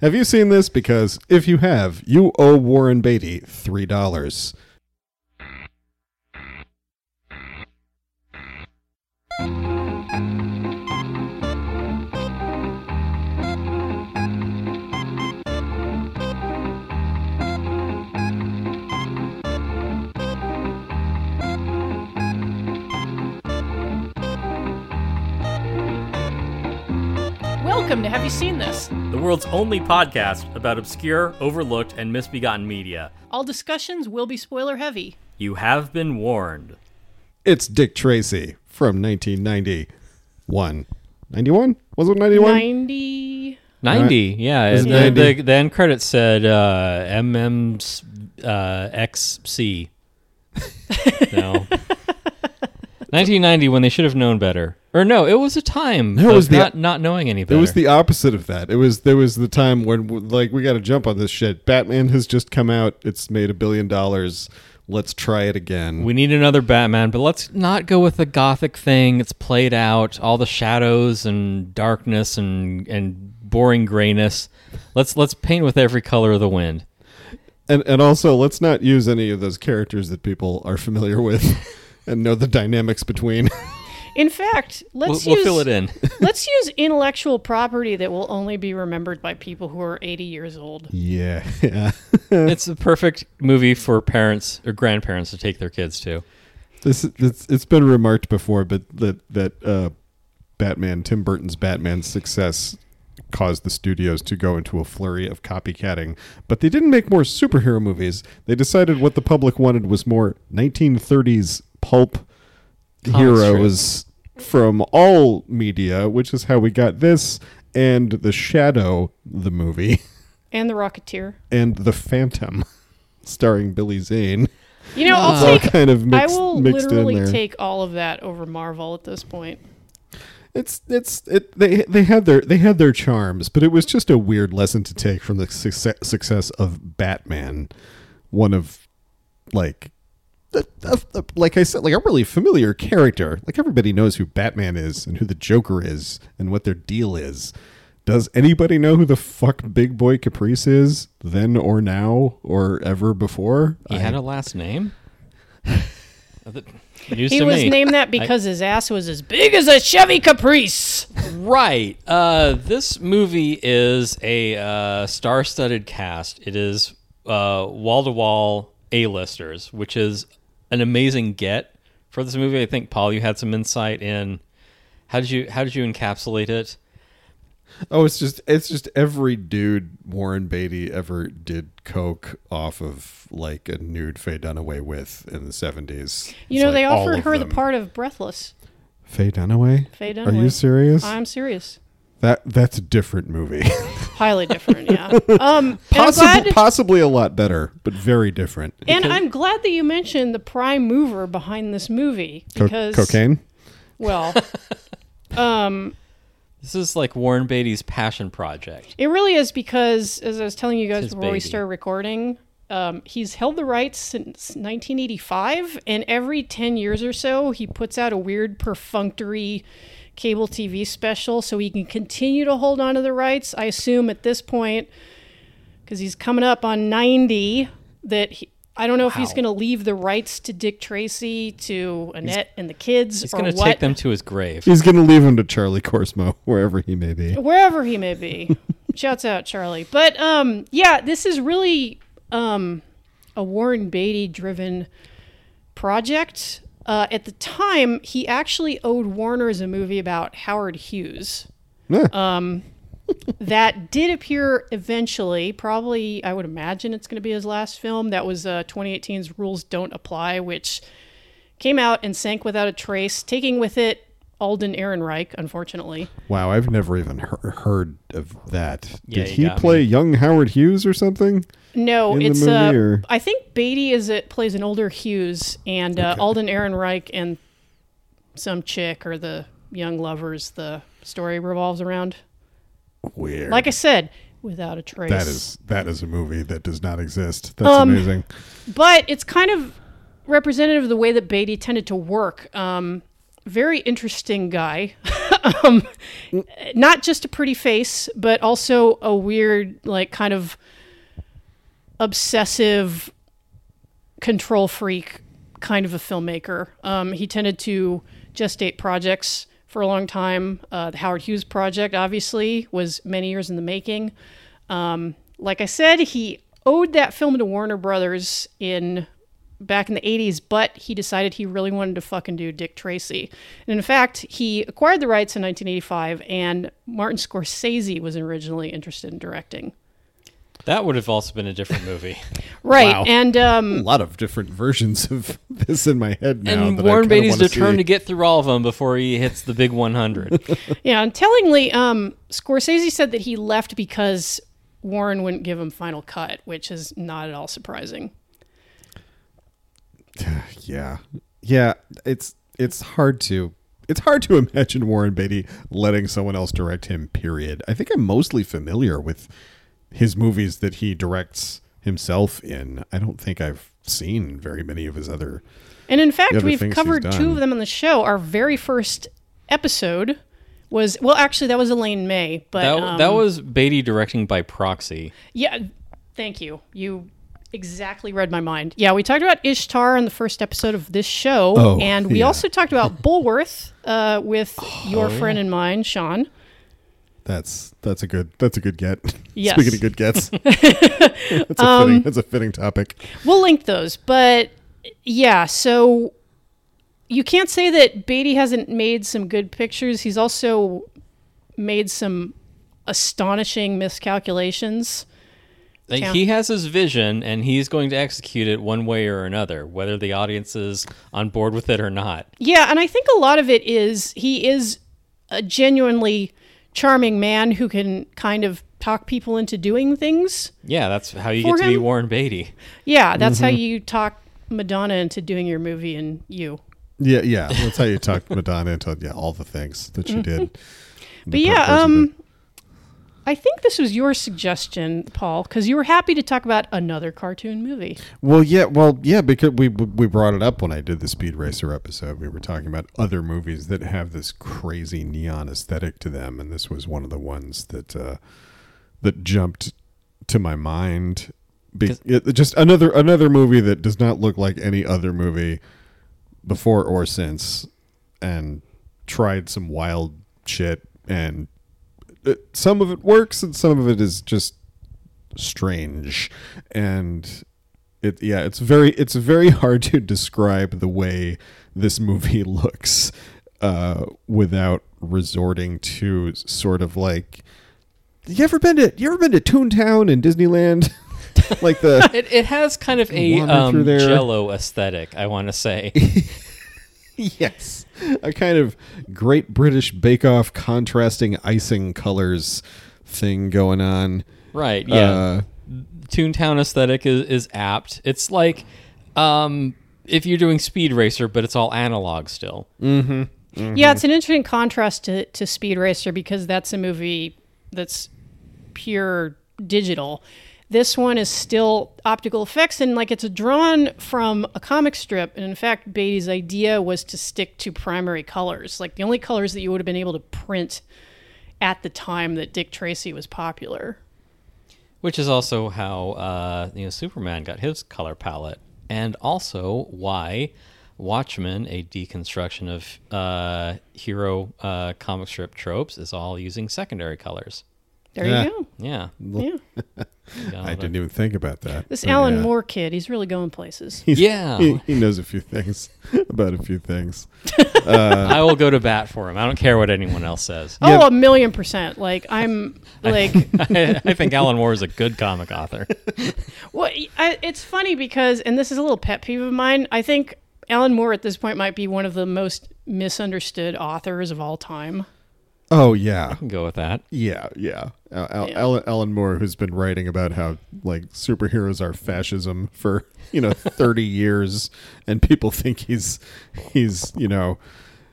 Have you seen this? Because if you have, you owe Warren Beatty three dollars. Welcome to Have You Seen This? The world's only podcast about obscure, overlooked, and misbegotten media. All discussions will be spoiler heavy. You have been warned. It's Dick Tracy from 1991. 91? Was it 91? 90. 90 yeah was the, 90. The, the end credit said uh mm's uh xc no 1990 when they should have known better or no it was a time No, it of was the- not not knowing any It better was the opposite of that. It was there was the time when like we got to jump on this shit. Batman has just come out. It's made a billion dollars. Let's try it again. we need another batman but let's not go with the gothic thing it's played out all the shadows and darkness and and boring grayness let's let's paint with every color of the wind and and also let's not use any of those characters that people are familiar with and know the dynamics between. In fact, we'll, let's we'll use fill it in let's use intellectual property that will only be remembered by people who are 80 years old. yeah. yeah. it's the perfect movie for parents or grandparents to take their kids to This it's, it's been remarked before, but that that uh, Batman Tim Burton's Batman's success caused the studios to go into a flurry of copycatting. But they didn't make more superhero movies. They decided what the public wanted was more 1930s pulp heroes from all media, which is how we got this and the Shadow, the movie, And the Rocketeer. and the Phantom, starring Billy Zane. You know, Uh, I'll All take kind of I mixed, will mixed in literally there. take all of that over Marvel at this point. It's it's it they they had their they had their charms, but it was just a weird lesson to take from the success, success of Batman, one of like the- of- of- like I said, like a really familiar character. Like everybody knows who Batman is and who the Joker is and what their deal is. Does anybody know who the fuck Big Boy Caprice is then or now or ever before? He had a last name. News He to was me. named that because his ass was as big as a Chevy Caprice. right. Uh, this movie is a uh, star-studded cast. It is uh, wall-to-wall A-listers, which is an amazing get for this movie. I think Paul, you had some insight in how did you how did you encapsulate it? Oh, it's just it's just every dude Warren Beatty ever did coke off of like a nude Faye Dunaway with in the seventies. You know, they offered her the part of Breathless. Faye Dunaway. Faye Are Dunaway. you serious? I'm serious. that that's a different movie. Highly different, yeah. Um, and I'm Possibly, glad- possibly a lot better, but very different. And I'm glad that you mentioned the prime mover behind this movie Co- because cocaine. Well, um, This is like Warren Beatty's passion project. it really is because as I was telling you guys his before we baby. started recording, um, he's held the rights since 1985, and every 10 years or so, he puts out a weird perfunctory cable TV special so he can continue to hold on to the rights. I assume at this point, because he's coming up on 90, that he. I don't know if he's going to leave the rights to Dick Tracy, to Annette and the kids, He's or going to what. take them to his grave. He's gonna leave him to Charlie Corsmo wherever he may be. wherever he may be. Shouts out Charlie. But um yeah, this is really um a Warren Beatty driven project. Uh, at the time, he actually owed Warner's a movie about Howard Hughes. Yeah. Um, That did appear eventually. Probably, I would imagine it's going to be his last film. That was uh, 2018's Rules Don't Apply, which came out and sank without a trace, taking with it Alden Ehrenreich, unfortunately. wow, I've never even he- heard of that. Yeah, Did you he got me. play young Howard Hughes or something? No, in the it's movie, uh, or- I think Beatty is it plays an older Hughes and uh, Alden Ehrenreich and some chick or the young lovers. The story revolves around. Weird. Like I said, without a trace. That is that is a movie that does not exist. That's amazing. but it's kind of representative of the way that Beatty tended to work. Um, very interesting guy. um, not just a pretty face, but also a weird, like, kind of obsessive control freak kind of a filmmaker. Um, he tended to gestate projects for a long time. Uh, the Howard Hughes project, obviously, was many years in the making. Um, like I said, he owed that film to Warner Brothers in back in the 80s, but he decided he really wanted to fucking do Dick Tracy. And in fact, he acquired the rights in 1985, and Martin Scorsese was originally interested in directing. That would have also been a different movie. Right. Wow. And um, A lot of different versions of this in my head now. and that I Warren kinda Beatty's wanna determined see. to get through all of them before he hits the big 100. yeah, and tellingly, um, Scorsese said that he left because Warren wouldn't give him final cut, which is not at all surprising. Yeah, yeah. It's it's hard to it's hard to imagine Warren Beatty letting someone else direct him. Period. I think I'm mostly familiar with his movies that he directs himself in. I don't think I've seen very many of his other. And in fact, other we've things he's covered two done. of them on the show. Our very first episode was well, actually, that was Elaine May, but That, um, that was Beatty directing by proxy. yeah. Thank you. You exactly read my mind. Yeah, we talked about Ishtar in the first episode of this show, Oh, and we yeah. Oh, also talked about Bullworth uh, with your friend and mine, Sean. That's that's a good that's a good get. Yes. Speaking of good gets, that's a Um, fitting that's a fitting topic. We'll link those, but yeah, so you can't say that Beatty hasn't made some good pictures. He's also made some astonishing miscalculations. Like, Yeah. He has his vision, and he's going to execute it one way or another, whether the audience is on board with it or not. Yeah, and I think a lot of it is he is a genuinely charming man who can kind of talk people into doing things. Yeah, that's how you For get to be him- Warren Beatty. Yeah, that's how you talk Madonna into doing your movie and you. Yeah, yeah. That's how you talked Madonna into yeah all the things that she did. But yeah, um, I think this was your suggestion, Paul, because you were happy to talk about another cartoon movie. Well, yeah, well, yeah, because we we brought it up when I did the Speed Racer episode. We were talking about other movies that have this crazy neon aesthetic to them, and this was one of the ones that uh, that jumped to my mind. Be- it- just another another movie that does not look like any other movie before or since, and tried some wild shit, and it, some of it works, and some of it is just strange and it yeah it's very it's very hard to describe the way this movie looks uh without resorting to sort of like you ever been to you ever been to toontown in disneyland like the It, it has kind of a Wander through um, there. Uh, jello aesthetic, I want to say. yes a kind of great british bake off contrasting icing colors thing going on right, yeah. uh, Toontown aesthetic is, is apt. It's like um, if you're doing Speed Racer, but it's all analog still. Yeah, it's an interesting contrast to, to Speed Racer because that's a movie that's pure digital. This one is still optical effects and like it's drawn from a comic strip. And in fact, Beatty's idea was to stick to primary colors, like the only colors that you would have been able to print at the time that Dick Tracy was popular. Which is also how uh, you know Superman got his color palette, and also why Watchmen, a deconstruction of uh, hero uh, comic strip tropes, is all using secondary colors. There Yeah. you go. Yeah, Yeah. i didn't even think about that This but Alan Oh, yeah. Moore kid, he's really going places. He's- Yeah. he, he knows a few things about a few things I will go to bat for him. I don't care what anyone else says. Yeah. Oh, a million percent. Like I'm like I, I think Alan Moore is a good comic author. Well, I, it's funny because, and this is a little pet peeve of mine. I think Alan Moore at this point might be one of the most misunderstood authors of all time. oh yeah I can go with that. Yeah, yeah. Al- Al- Yeah. Alan, Alan Moore, who's been writing about how like superheroes are fascism for you know thirty years, and people think he's he's you know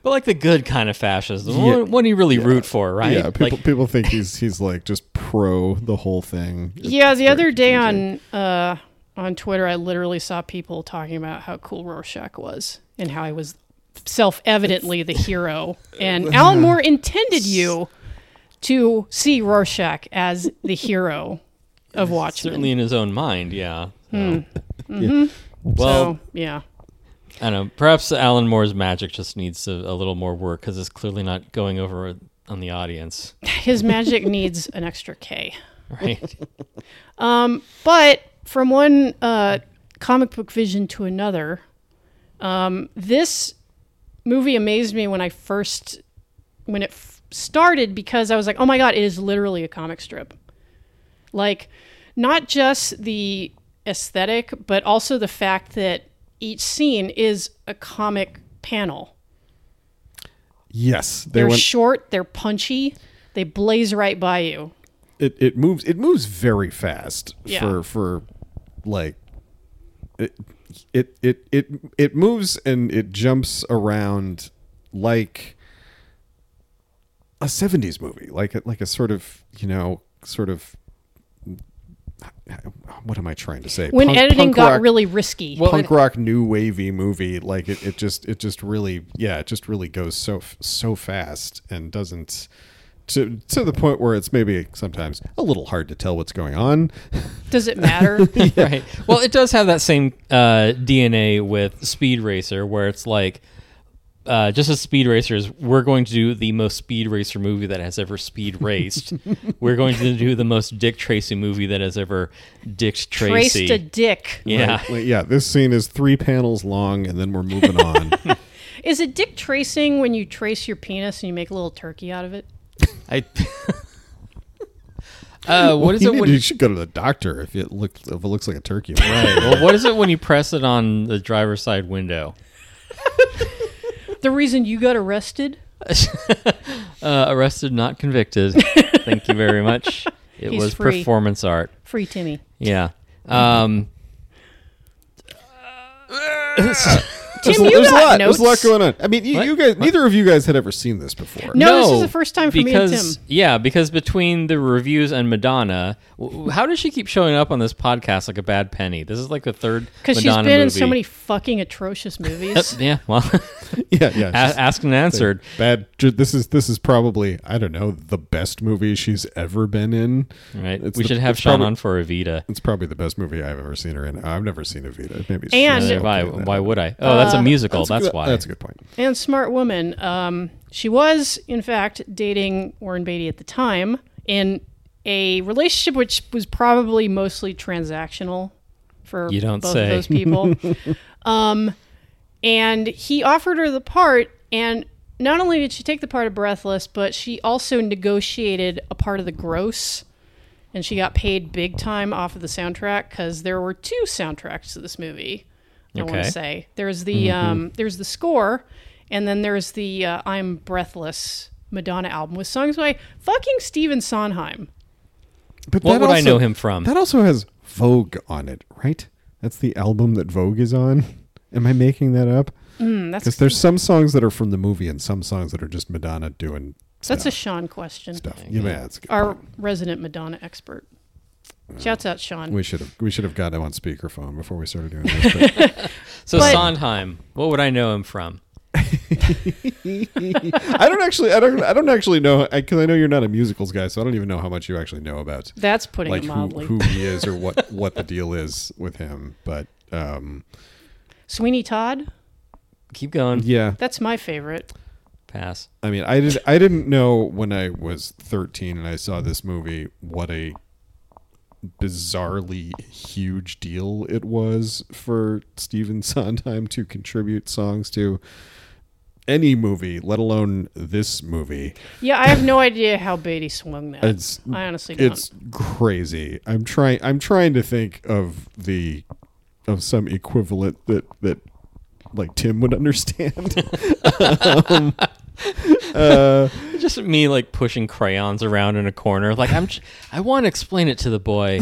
But like the good kind of fascism, the Yeah. one, one you really root for, right? yeah people Like, people think he's he's like just pro the whole thing. yeah, the other day on uh, on Twitter, I literally saw people talking about how cool Rorschach was and how he was self-evidently the hero, and Alan Moore intended you to see Rorschach as the hero of Watchmen. certainly in his own mind. Yeah. Hmm. so, Well, yeah. I don't know. Perhaps Alan Moore's magic just needs a, a little more work because it's clearly not going over on the audience, His magic needs an extra K. right? But from one uh, comic book vision to another, um, this movie amazed me when I first when it f- started because I was like, oh my god, it is literally a comic strip. Like, not just the aesthetic, but also the fact that each scene is a comic panel. Yes, They're there went, short, they're punchy, they blaze right by you. it, it moves it moves very fast Yeah. for for like it, it it it it moves and it jumps around like a 70s movie like a, like a sort of you know sort of what am I trying to say When Punk- editing punk got rock- really risky, punk rock new wavy movie like it, it just it just really yeah it just really goes so f- so fast and doesn't to to the point where it's maybe sometimes a little hard to tell what's going on does it matter? right. Well, it does have that same uh, DNA with Speed Racer, where it's like, uh, just as Speed Racers, we're going to do the most Speed Racer movie that has ever speed raced. we're going to do the most Dick Tracy movie that has ever Dick Race Tracy. to dick. yeah. Like- like, yeah this scene is three panels long and then we're moving on Is it dick tracing when you trace your penis and you make a little turkey out of it? I. Uh, what is you, it? need- When, you should go to the doctor if it looks if it looks like a turkey Right. Well, what is it when you press it on the driver's side window? The reason you got arrested? Uh, arrested, not convicted. Thank you very much. It He's was free. performance art. Free Timmy. Yeah. Um, Tim, there's, you a got lot there's notes. a lot going on i mean you, What? you guys neither of you guys had ever seen this before No. this is the first time for me and because, Tim. Yeah, because between the reviews and Madonna, w- w- how does she keep showing up on this podcast like a bad penny? This is like the third Because Madonna she's been movie. in so many fucking atrocious movies. Yeah, well, yeah yeah a- asked and answered. bad ju- this is this is probably i don't know the best movie she's ever been in Right, It's we the- should have it's Sean probably- on for Evita. It's probably the best movie I've ever seen her in. I've never seen Evita. Maybe she's And- okay Yeah, in Why? that. Why would I? Oh, that's Uh, a musical. That's, good- why. That's a good point. and Smart Woman. Um, she was, in fact, dating Warren Beatty at the time in a relationship which was probably mostly transactional for You don't both say. of those people. um, and he offered her the part, and not only did she take the part of Breathless, but she also negotiated a part of the gross. And she got paid big time off of the soundtrack because there were two soundtracks to this movie. I want Okay. to say there's the um, there's the score, and then there's the uh, I'm Breathless Madonna album with songs by fucking Steven Sondheim. But What that would I also- know him from? That also has Vogue on it, right? That's the album that Vogue is on. Am I making that up? Hmm, that's- Because there's some songs that are from the movie and some songs that are just Madonna doing That's a Sean question. stuff. Yeah, man, that's a good Our point. resident Madonna expert. Shouts out Sean. We should have we should have gotten him on speakerphone before we started doing this. but so but- Sondheim, what would I know him from? I don't actually I don't I don't actually know because I know you're not a musicals guy, so I don't even know how much you actually know about that's putting like it who, mildly. who he is or what what the deal is with him but um Sweeney Todd. Keep going. yeah That's my favorite. Pass. i mean i did i didn't know when i was 13 and i saw this movie what a bizarrely huge deal it was for steven sondheim to contribute songs to any movie let alone this movie Yeah, I have no idea how Beatty swung that. It's- I honestly don't. Uh, it's crazy i'm trying i'm trying to think of the of some equivalent that that like tim would understand Just me like pushing crayons around in a corner. Like I'm, j- I want to explain it to the boy.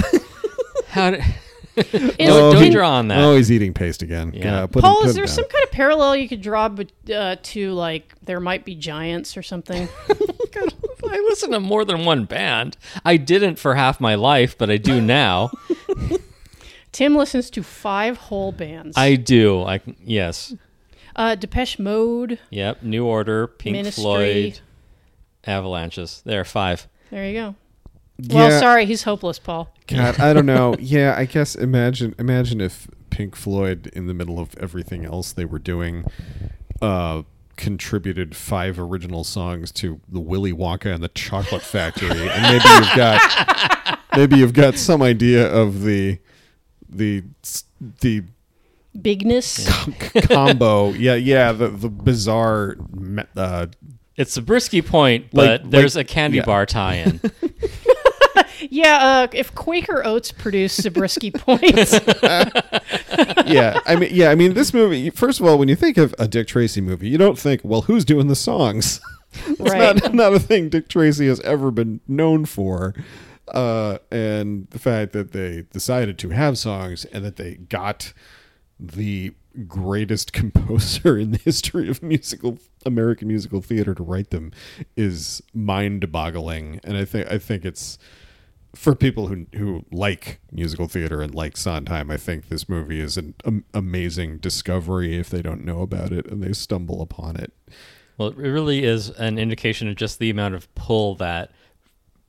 How? To, Is- don't can- draw on that. Oh, he's eating paste again. Yeah. Yeah. put him- Paul, put is him there down. some kind of parallel you could draw bet- uh, to like there might be giants or something? I listen to more than one band. I didn't for half my life, but I do now. Tim listens to five whole bands. I do. I yes. Uh, Depeche Mode. Yep. New Order, Pink Ministry. Floyd, Avalanches. There, five. There you go. Yeah. Well, sorry, he's hopeless, Paul. God, I don't know. Yeah, I guess imagine imagine if Pink Floyd, in the middle of everything else they were doing, uh, contributed five original songs to the Willy Wonka and the Chocolate Factory, and maybe you've got maybe you've got some idea of the the the Bigness. combo. Yeah, yeah, the the bizarre. me- Uh, It's a brisky point, Like- but there's like- a candy yeah. bar tie-in. Yeah, uh, if Quaker Oats produced Zabriskie points, yeah, I mean, yeah, I mean, this movie. First of all, when you think of a Dick Tracy movie, you don't think, well, who's doing the songs? It's right? not, not a thing Dick Tracy has ever been known for. Uh, and the fact that they decided to have songs and that they got the greatest composer in the history of musical American musical theater to write them is mind-boggling. And I think I think it's for people who who like musical theater and like Sondheim. I think this movie is an am- amazing discovery if they don't know about it and they stumble upon it. Well, it really is an indication of just the amount of pull that,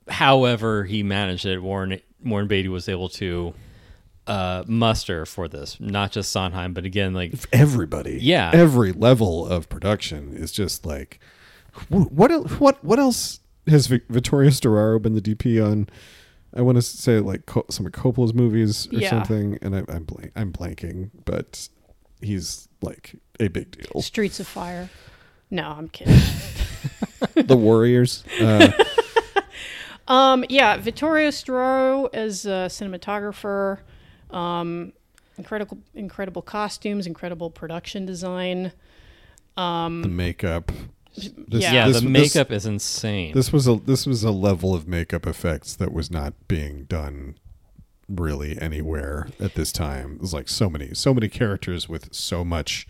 however he managed it, Warren Warren Beatty was able to uh, muster for this. Not just Sondheim, but again, like everybody. Yeah. every level of production is just like wh- what el- what what else has Vic- Vittorio Storaro been the DP on? I want to say like Co- some of Coppola's movies or Yeah. something, and I, I'm blank, I'm blanking, but he's like a big deal. Streets of Fire. No, I'm kidding. the Warriors. Uh, Um, yeah, Vittorio Storaro as a cinematographer. Um, incredible, incredible costumes, incredible production design. the makeup. This, Yeah. yeah, this- the this- makeup is insane. This was a this was a level of makeup effects that was not being done really anywhere at this time. It was like so many so many characters with so much.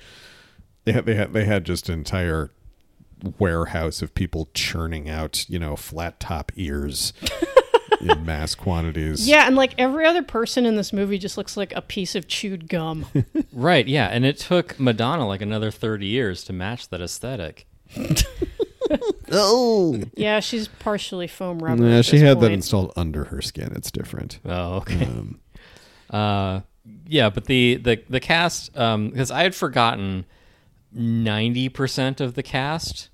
They had they had they had just an entire warehouse of people churning out you know flat top ears in mass quantities. Yeah, and like every other person in this movie just looks like a piece of chewed gum. right, yeah, and it took Madonna like another thirty years to match that aesthetic. Oh. yeah, she's partially foam rubber. Yeah, at she this had that point. installed under her skin. It's different. Oh, okay. uh, yeah, but the the the cast because I had forgotten ninety percent of the cast.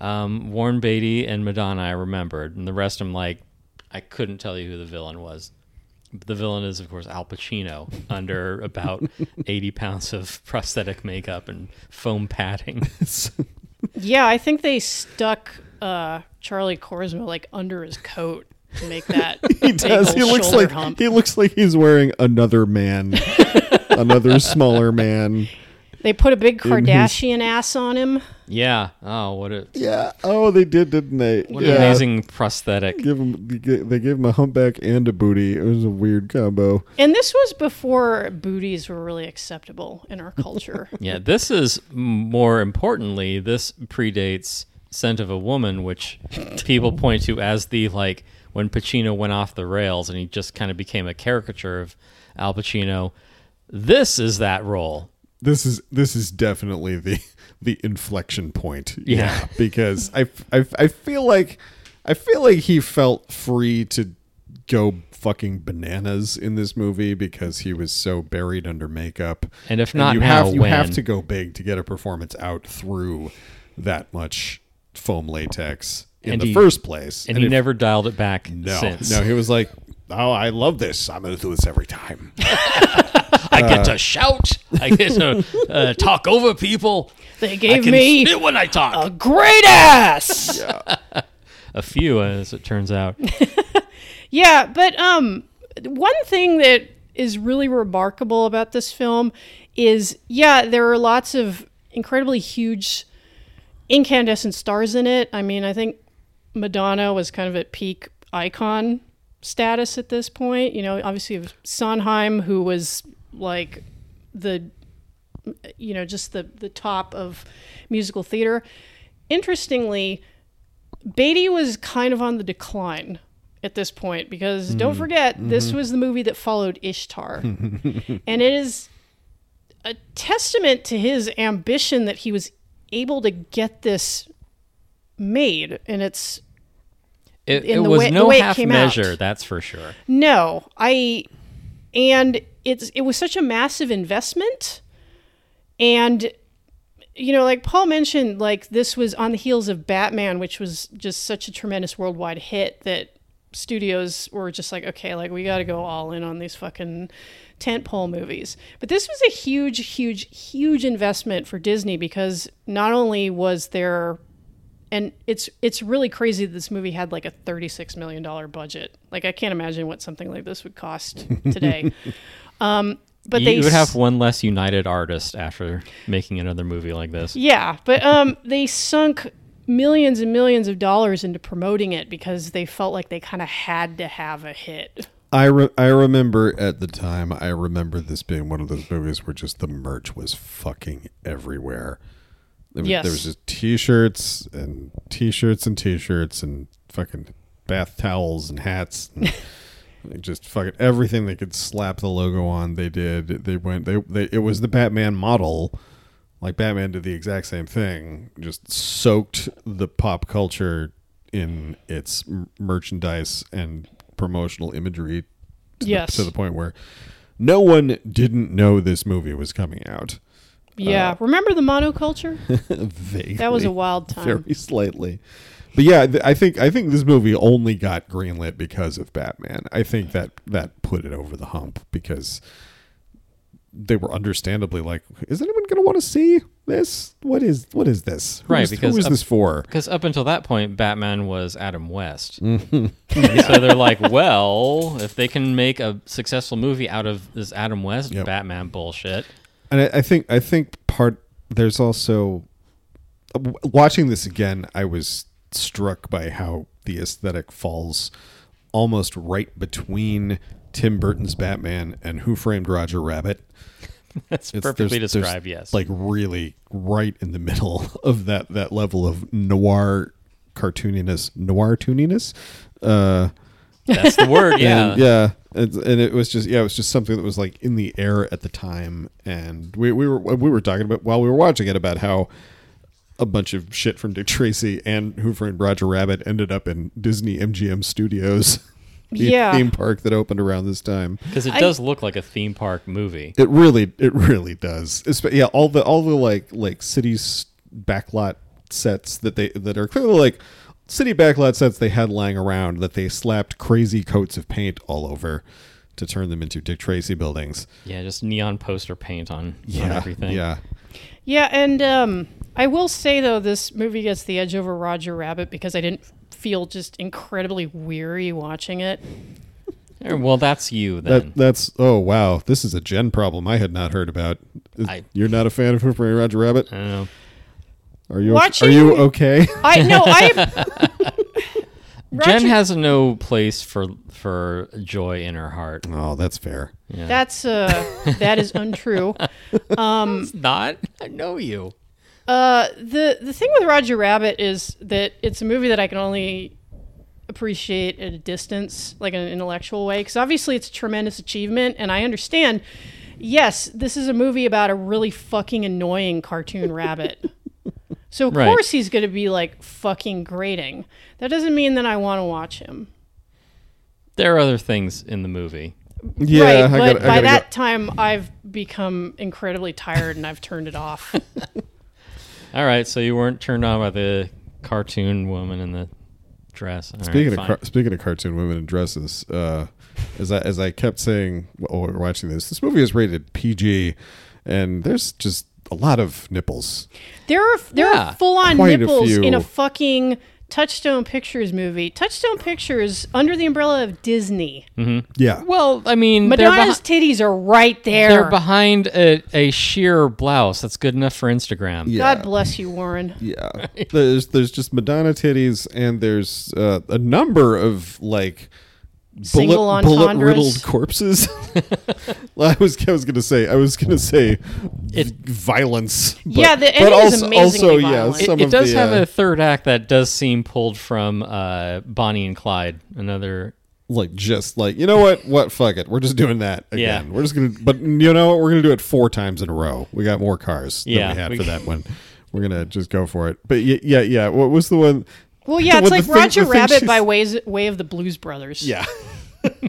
Um, Warren Beatty and Madonna, I remembered, and the rest I'm like, I couldn't tell you who the villain was. The villain is, of course, Al Pacino under about 80 pounds of prosthetic makeup and foam padding. Yeah, I think they stuck uh, Charlie Corsmo like under his coat to make that. he does. big He old looks shoulder like hump. he looks like he's wearing another man, another smaller man. They put a big Kardashian ass on him. Yeah. Oh, what a Yeah. Oh, they did, didn't they? what yeah. an amazing prosthetic. Give him, they gave him a humpback and a booty. It was a weird combo. And this was before booties were really acceptable in our culture. Yeah, this is more importantly, this predates Scent of a Woman, which people point to as the like when Pacino went off the rails and he just kind of became a caricature of Al Pacino. This is that role. This is this is definitely the the inflection point. Yeah. because I, I I feel like I feel like he felt free to go fucking bananas in this movie because he was so buried under makeup. And if not you now, have you when? have to go big to get a performance out through that much foam latex in And the he- first place. And, he if- never dialed it back No, since. no, he was like, "Oh, I love this. I'm going to do this every time." I get to shout. I get to uh, talk over people. They I gave can me Uh, spit when I talk. a great ass. yeah. a few, as it turns out. but um, one thing that is really remarkable about this film is, yeah, there are lots of incredibly huge incandescent stars in it. I mean, I think Madonna was kind of at peak icon status at this point. You know, obviously of Sondheim, who was like the, you know, just the the top of musical theater. Interestingly, Beatty was kind of on the decline at this point because don't forget this was the movie that followed Ishtar, and it is a testament to his ambition that he was able to get this made and it's It, In it the was way- the no way it half came measure, out. that's for sure. No, I and it's it was such a massive investment and you know like Paul mentioned like this was on the heels of Batman which was just such a tremendous worldwide hit that studios were just like okay like we got to go all in on these fucking tentpole movies. But this was a huge huge huge investment for Disney because not only was there and it's it's really crazy that this movie had like a 36 million dollar budget like i can't imagine what something like this would cost today um but you they would s- have one less united artist after making another movie like this. yeah but um they sunk millions and millions of dollars into promoting it because they felt like they kind of had to have a hit I re- I remember at the time. I remember this being one of those movies where just the merch was fucking everywhere. There was, Yes. there was just t-shirts and t-shirts and t-shirts and fucking bath towels and hats and just fucking everything they could slap the logo on. They did. They went. They, they it was the Batman model. Like Batman did the exact same thing, just soaked the pop culture in its m- merchandise and promotional imagery to, Yes. the, to the point where no one didn't know this movie was coming out. yeah remember the monoculture Vaguely, that was a wild time Uh, very slightly. But yeah, th- I think I think this movie only got greenlit because of Batman. I think that that put it over the hump because they were understandably like, is anyone going to want to see this? What is what is this? Who Right, is- because who is up- this for? Because up until that point, Batman was Adam West. And so they're like, well, if they can make a successful movie out of this Adam West Yep. Batman bullshit, And I, I think I think part there's also w- watching this again. I was struck by how the aesthetic falls almost right between Tim Burton's Batman and Who Framed Roger Rabbit. that's It's- perfectly there's- there's, described, yes. like really right in the middle of that that level of noir cartooniness, noir tooniness. Uh, that's the word, yeah. and yeah and, and it was just yeah it was just something that was like in the air at the time and we, we were we were talking about while we were watching it about how a bunch of shit from Dick Tracy and Who Framed Roger Rabbit ended up in Disney MGM Studios the Yeah. theme park that opened around this time Because it I- does look like a theme park movie. it really it really does Espe- yeah all the all the like like cities backlot sets that they that are clearly like city backlot sets they had lying around that they slapped crazy coats of paint all over to turn them into dick tracy buildings Yeah, just neon poster paint on, on everything. yeah Yeah, and um, I will say though, this movie gets the edge over Roger Rabbit because I didn't feel just incredibly weary watching it. Eh, Well, that's you then. that that's oh wow this is a gen problem i had not heard about Is- I- you're not a fan of Who Framed roger rabbit I don't know. are you Watching- are you okay I no, I Jen Roger- has no place for for joy in her heart. oh that's fair that's uh that is untrue. Not? I know you. Uh, the the thing with Roger Rabbit is that it's a movie that I can only appreciate at a distance, like in an intellectual way, because obviously it's a tremendous achievement, and I understand. Yes, this is a movie about a really fucking annoying cartoon rabbit. So of Right. course he's going to be like fucking grating. That doesn't mean that I want to watch him. There are other things in the movie. yeah right, i but got I by gotta that go. time I've become incredibly tired and I've turned it off. All right, so you weren't turned on by the cartoon woman in the dress. All right, Speaking fine. of car- speaking of cartoon women in dresses, uh, as I as I kept saying while we were watching this, this movie is rated PG, and there's just a lot of nipples. There are there Yeah, are full on quite a nipples few. in a fucking Touchstone Pictures movie. Touchstone Pictures under the umbrella of Disney. Yeah, well, I mean, Mm-hmm. they're, Madonna's behi- titties are right they're there. behind a, a sheer blouse that's good enough for Instagram. yeah, God bless you, Warren. yeah. There's there's just Madonna titties, and there's uh, a number of like Single bullet, entendres. bullet riddled corpses. Well, I was I was gonna say I was gonna say violence. But, Yeah, the but ending is also, amazingly also yeah, violent. It, some it of does the, have uh, a third act that does seem pulled from uh, Bonnie and Clyde, another like just like you know what what fuck it we're just doing that Yeah. again we're just gonna but you know what we're gonna do it four times in a row we got more cars Yeah, than we had we- for that one we're gonna just go for it but yeah yeah, yeah. what was the one Well, yeah, Well, it's the like thing- Roger the thing Rabbit she's- by ways, way of the Blues Brothers. yeah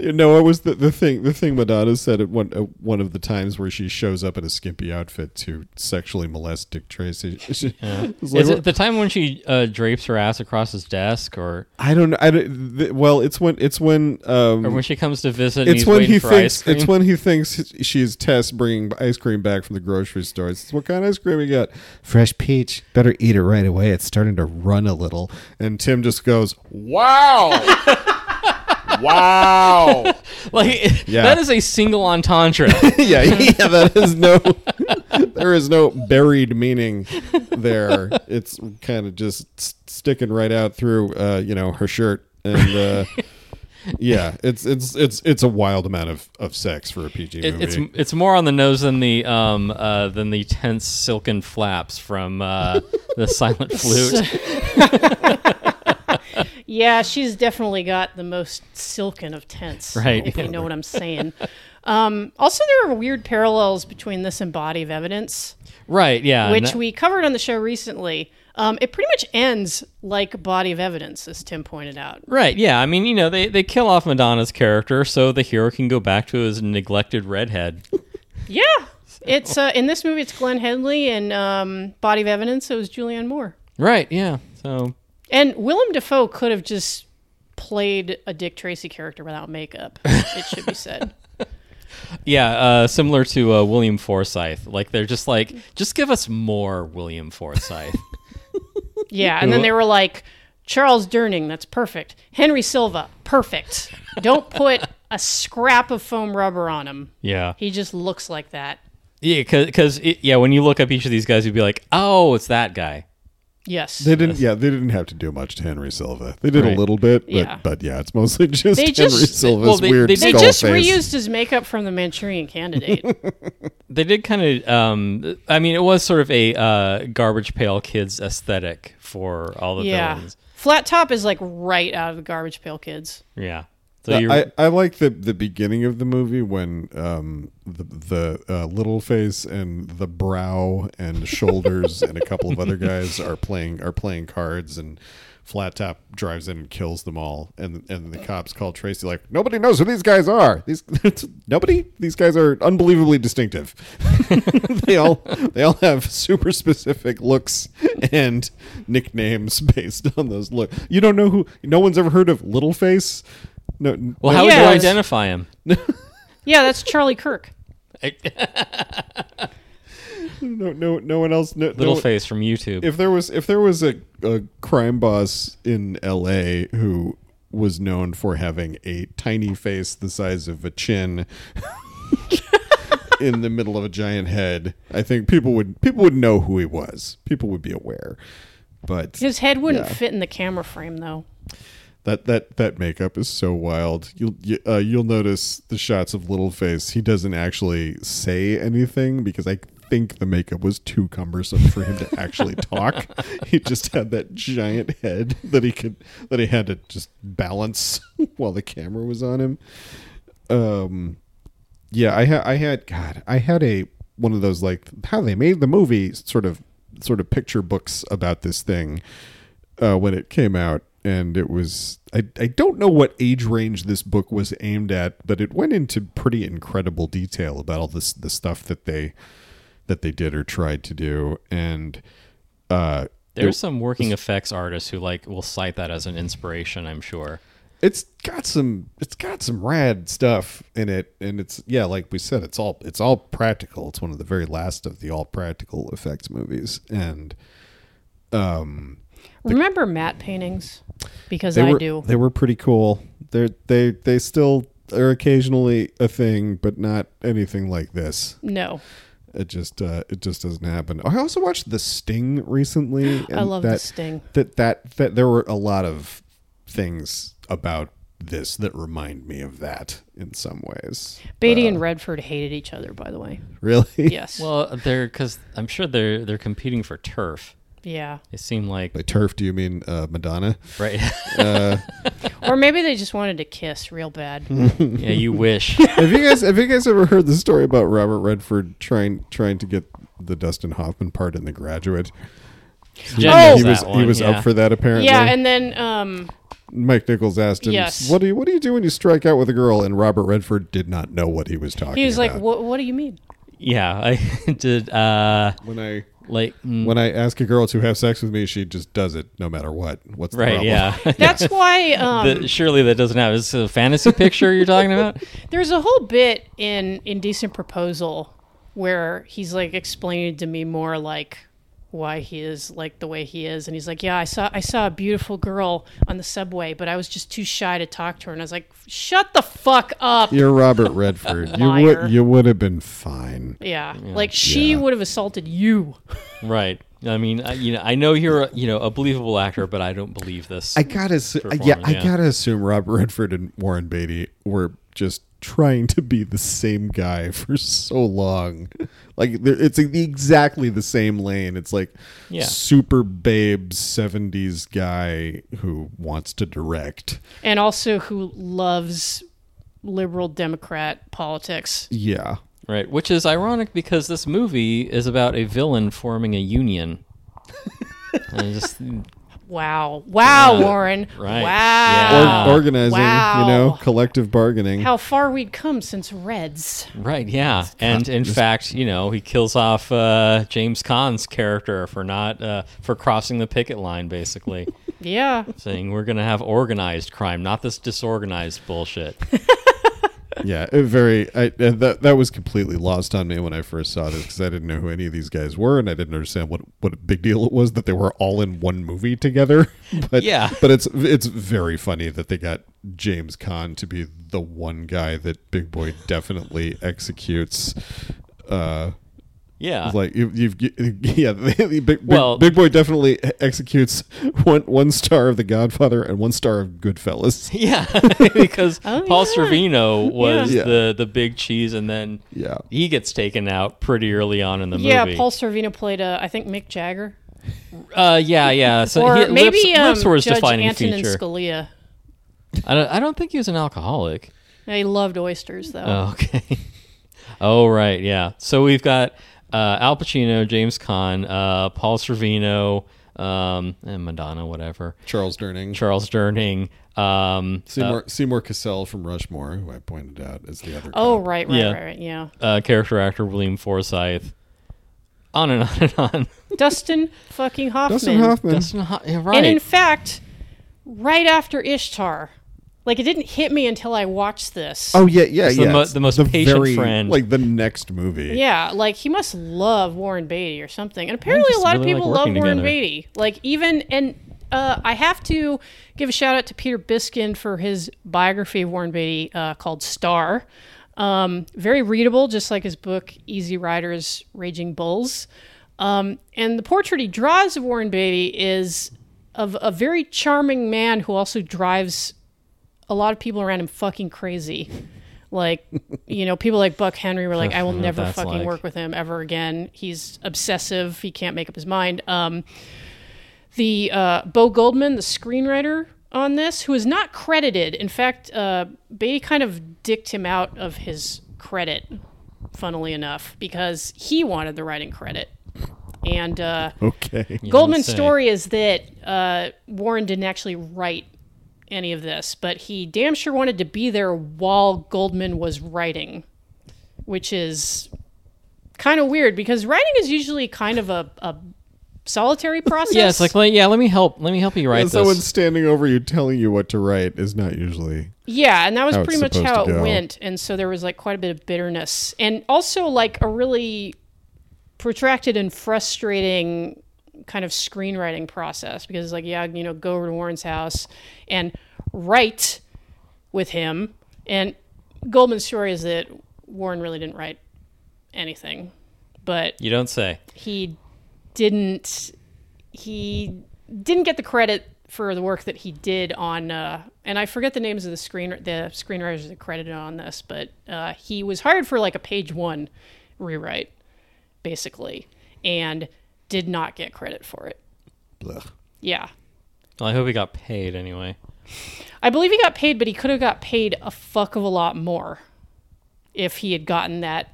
you know it was the, the thing the thing Madonna said at one at one of the times where she shows up in a skimpy outfit to sexually molest Dick Tracy She- it's like, Is it the time when she uh, drapes her ass across his desk, or I don't know I don't, th- well it's when it's when um or when she comes to visit? And it's he's when waiting he for thinks ice cream? it's when he thinks she's Tess bringing ice cream back from the grocery store. It's what kind of ice cream we got? Fresh peach. Better eat it right away. It's starting to run a little. And Tim just goes, Wow. wow. like Yeah. that is a single entendre. "Yeah, yeah, that is no, there is no buried meaning there. It's kind of just s- sticking right out through, uh, you know, her shirt and." Uh, Yeah, it's it's it's it's a wild amount of, of sex for a PG It- movie. it's it's more on the nose than the um uh, than the tense silken flaps from uh, the silent flute. Yeah, she's definitely got the most silken of tents, Right. If you know what I'm saying. Um, also, there are weird parallels between this and Body of Evidence, right? Yeah. which and- we covered on the show recently. Um, it pretty much ends like Body of Evidence, as Tim pointed out. Right, yeah. I mean, you know, they, they kill off Madonna's character so the hero can go back to his neglected redhead. Yeah, it's uh, in this movie it's Glenn Headley, and um, Body of Evidence it was Julianne Moore. Right, yeah. So And Willem Dafoe could have just played a Dick Tracy character without makeup. It should be said. Yeah, uh, similar to uh, William Forsythe. Like they're just like, just give us more William Forsythe. Yeah, and then they were like, Charles Durning, that's perfect. Henry Silva, perfect. Don't put a scrap of foam rubber on him. yeah, He just looks like that. yeah, because yeah, when you look up each of these guys, you'd be like, oh, it's that guy. Yes. They didn't. Yeah, they didn't have to do much to Henry Silva. They did Right. a little bit, but Yeah. but yeah, it's mostly just They Henry just- Silva's well, they- weird they- they skull just face. reused his makeup from the Manchurian candidate. They did kind of. Um, I mean, it was sort of a uh, garbage pail kids aesthetic for all the yeah. villains. Flat Top is like right out of the garbage pail kids. Yeah. So Yeah, you're, I, I like the the beginning of the movie when um the the uh, little face and the brow and shoulders and a couple of other guys are playing are playing cards and flat top drives in and kills them all and and the cops call Tracy like nobody knows who these guys are these nobody these guys are unbelievably distinctive they all they all have super specific looks and nicknames based on those look you don't know who no one's ever heard of little face no well, how Yeah. would you identify him? Yeah, that's Charlie Kirk. No, no, no one else. No, Little no, face from YouTube. If there was, if there was a, a crime boss in L.A. who was known for having a tiny face the size of a chin in the middle of a giant head, I think people would people would know who he was. People would be aware. But His head wouldn't fit in the camera frame, though. that that that makeup is so wild. You'll you, uh, you'll notice the shots of Little Face. He doesn't actually say anything because I think the makeup was too cumbersome for him to actually talk. He just had that giant head that he could that he had to just balance while the camera was on him. Um, yeah, I had I had God, I had a one of those like how they made the movie sort of sort of picture books about this thing uh, when it came out, and it was I I don't know what age range this book was aimed at, but it went into pretty incredible detail about all this the stuff that they that they did or tried to do, and uh, There's some working effects artists who like will cite that as an inspiration. I'm sure. it's got some it's got some rad stuff in it and it's yeah like we said it's all it's all practical it's one of the very last of the all practical effects movies and Remember matte paintings? Because they I were do. they were pretty cool they're they they still are occasionally a thing but not anything like this No. it just uh it just doesn't happen i also watched the sting recently I and love that, The Sting. that that that there were a lot of things about this that remind me of that in some ways Beatty and Redford hated each other, by the way. really Yes. Well, they're because I'm sure they're they're competing for turf. Yeah. It seemed like By turf, do you mean uh, Madonna? right. Or maybe they just wanted to kiss real bad. yeah, you wish. have you guys have you guys ever heard the story about Robert Redford trying trying to get the Dustin Hoffman part in The Graduate? Jen Oh! knows he that was he one, was yeah. up for that apparently. yeah, and then um, Mike Nichols asked him, Yes. "What do you what do you do when you strike out with a girl?" And Robert Redford did not know what he was talking. he was like, about. "What? What do you mean?" Yeah, I did. Uh, "When I like mm, when I ask a girl to have sex with me, she just does it no matter what. What's the right? problem?" Yeah. That's why um, The- surely that doesn't happen. It's a fantasy picture you're talking about. There's a whole bit in Indecent Proposal where he's like explaining to me more like why he is like the way he is and he's like, "Yeah, I saw I saw a beautiful girl on the subway, but I was just too shy to talk to her." And I was like, "Shut the fuck up." Yeah. You're Robert Redford. you Liar. would you would have been fine. Like she would have assaulted you. Right. I mean, I, you know, I know you're a, you know a believable actor, but I don't believe this. I gotta assu- Performance, yeah, I yeah. gotta assume Robert Redford and Warren Beatty were just trying to be the same guy for so long. Like they're- it's exactly the same lane. It's like Yeah. super babe seventies guy who wants to direct. And also who loves liberal democrat politics. Yeah. Right, which is ironic because this movie is about a villain forming a union. and just Wow. Wow, Warren. Right. Or- Wow. Yeah. organizing, Wow. you know, collective bargaining. How far we'd come since Reds. right, yeah, and in fact, you know, he kills off uh, James Caan's character for not uh, for crossing the picket line, basically Yeah. saying we're gonna have organized crime, not this disorganized bullshit. yeah, it very. I, uh, that that was completely lost on me when I first saw this because I didn't know who any of these guys were, and I didn't understand what what a big deal it was that they were all in one movie together. But Yeah. but it's it's very funny that they got James Caan to be the one guy that Big Boy definitely executes. Uh, Yeah, it's like you, you've you- yeah, Big, Big- Well- Big Boy definitely e, executes one one star of The Godfather and one star of Goodfellas. Yeah, because Paul yeah. Servino was Yeah. the the big cheese, and then Yeah. he gets taken out pretty early on in the Yeah, movie. Paul Servino played, uh, I think, Mick Jagger. Uh, yeah, yeah. So Or he, maybe lips, um, lips were his Judge defining Antonin feature. Scalia. I don't, I don't think he was an alcoholic. He loved oysters, though. Oh, okay. oh, right. Yeah. So we've got uh, Al Pacino, James Caan, uh, Paul Servino, um, and Madonna, whatever. Charles Durning. Charles Durning. Um, Seymour, Seymour Cassell from Rushmore, who I pointed out is the other. oh, cop. right, right, Yeah. right, right. Yeah. uh, character actor William Forsythe. On and on and on. Dustin fucking Hoffman. Dustin Hoffman. That's not yeah, right. And in fact, right after Ishtar, like it didn't hit me until I watched this. oh yeah, yeah, It's the yeah. mo- It's the most patient friend. Like the next movie. Yeah, like he must love Warren Beatty or something. And apparently, a just lot really of people like love working Warren together. Beatty. Like even and uh, I have to give a shout out to Peter Biskin for his biography of Warren Beatty uh, called Star. Um, very readable, just like his book Easy Riders, Raging Bulls. Um, and the portrait he draws of Warren Beatty is of a very charming man who also drives a lot of people around him fucking crazy. Like, you know, people like Buck Henry were like, I will know what never that's fucking like. work with him ever again. He's obsessive. He can't make up his mind. Um, the uh, Bo Goldman, the screenwriter on this, who is not credited. In fact, uh, Beatty kind of dicked him out of his credit, funnily enough, because he wanted the writing credit. And uh, Okay. Goldman's say. story is that uh, Warren didn't actually write any of this, but he damn sure wanted to be there while Goldman was writing, which is kind of weird because writing is usually kind of a, a solitary process. yeah, it's like, like, yeah, let me help. Let me help you write And this. someone standing over you telling you what to write is not usually. Yeah, and that was how it's pretty much supposed how it to go. went. And so there was like quite a bit of bitterness and also like a really protracted and frustrating kind of screenwriting process because it's like, yeah, you know, go over to Warren's house and write with him. And Goldman's story is that Warren really didn't write anything, but You don't say. he didn't he didn't get the credit for the work that he did on uh, and I forget the names of the screen the screenwriters that credited on this, but uh, he was hired for like a page one rewrite, basically, and did not get credit for it. Blech. Yeah. Well, I hope he got paid anyway. I believe he got paid, but he could have got paid a fuck of a lot more if he had gotten that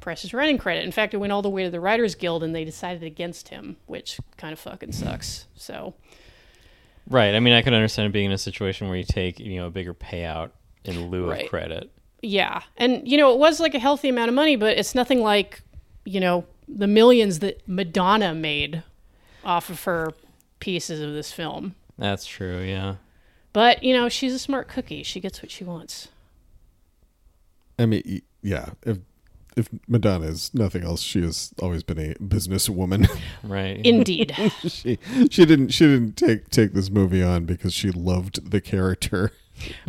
precious running credit. In fact, it went all the way to the Writers Guild and they decided against him, which kind of fucking sucks. So, Right. I mean, I could understand being in a situation where you take you know a bigger payout in lieu Right. of credit. yeah. And, you know, it was like a healthy amount of money, but it's nothing like, you know, the millions that Madonna made off of her pieces of this film. That's true. Yeah. But, you know, she's a smart cookie. She gets what she wants. I mean, y- yeah. If if Madonna is nothing else, she has always been a businesswoman. Right. Indeed. she she didn't she didn't take take this movie on because she loved the character.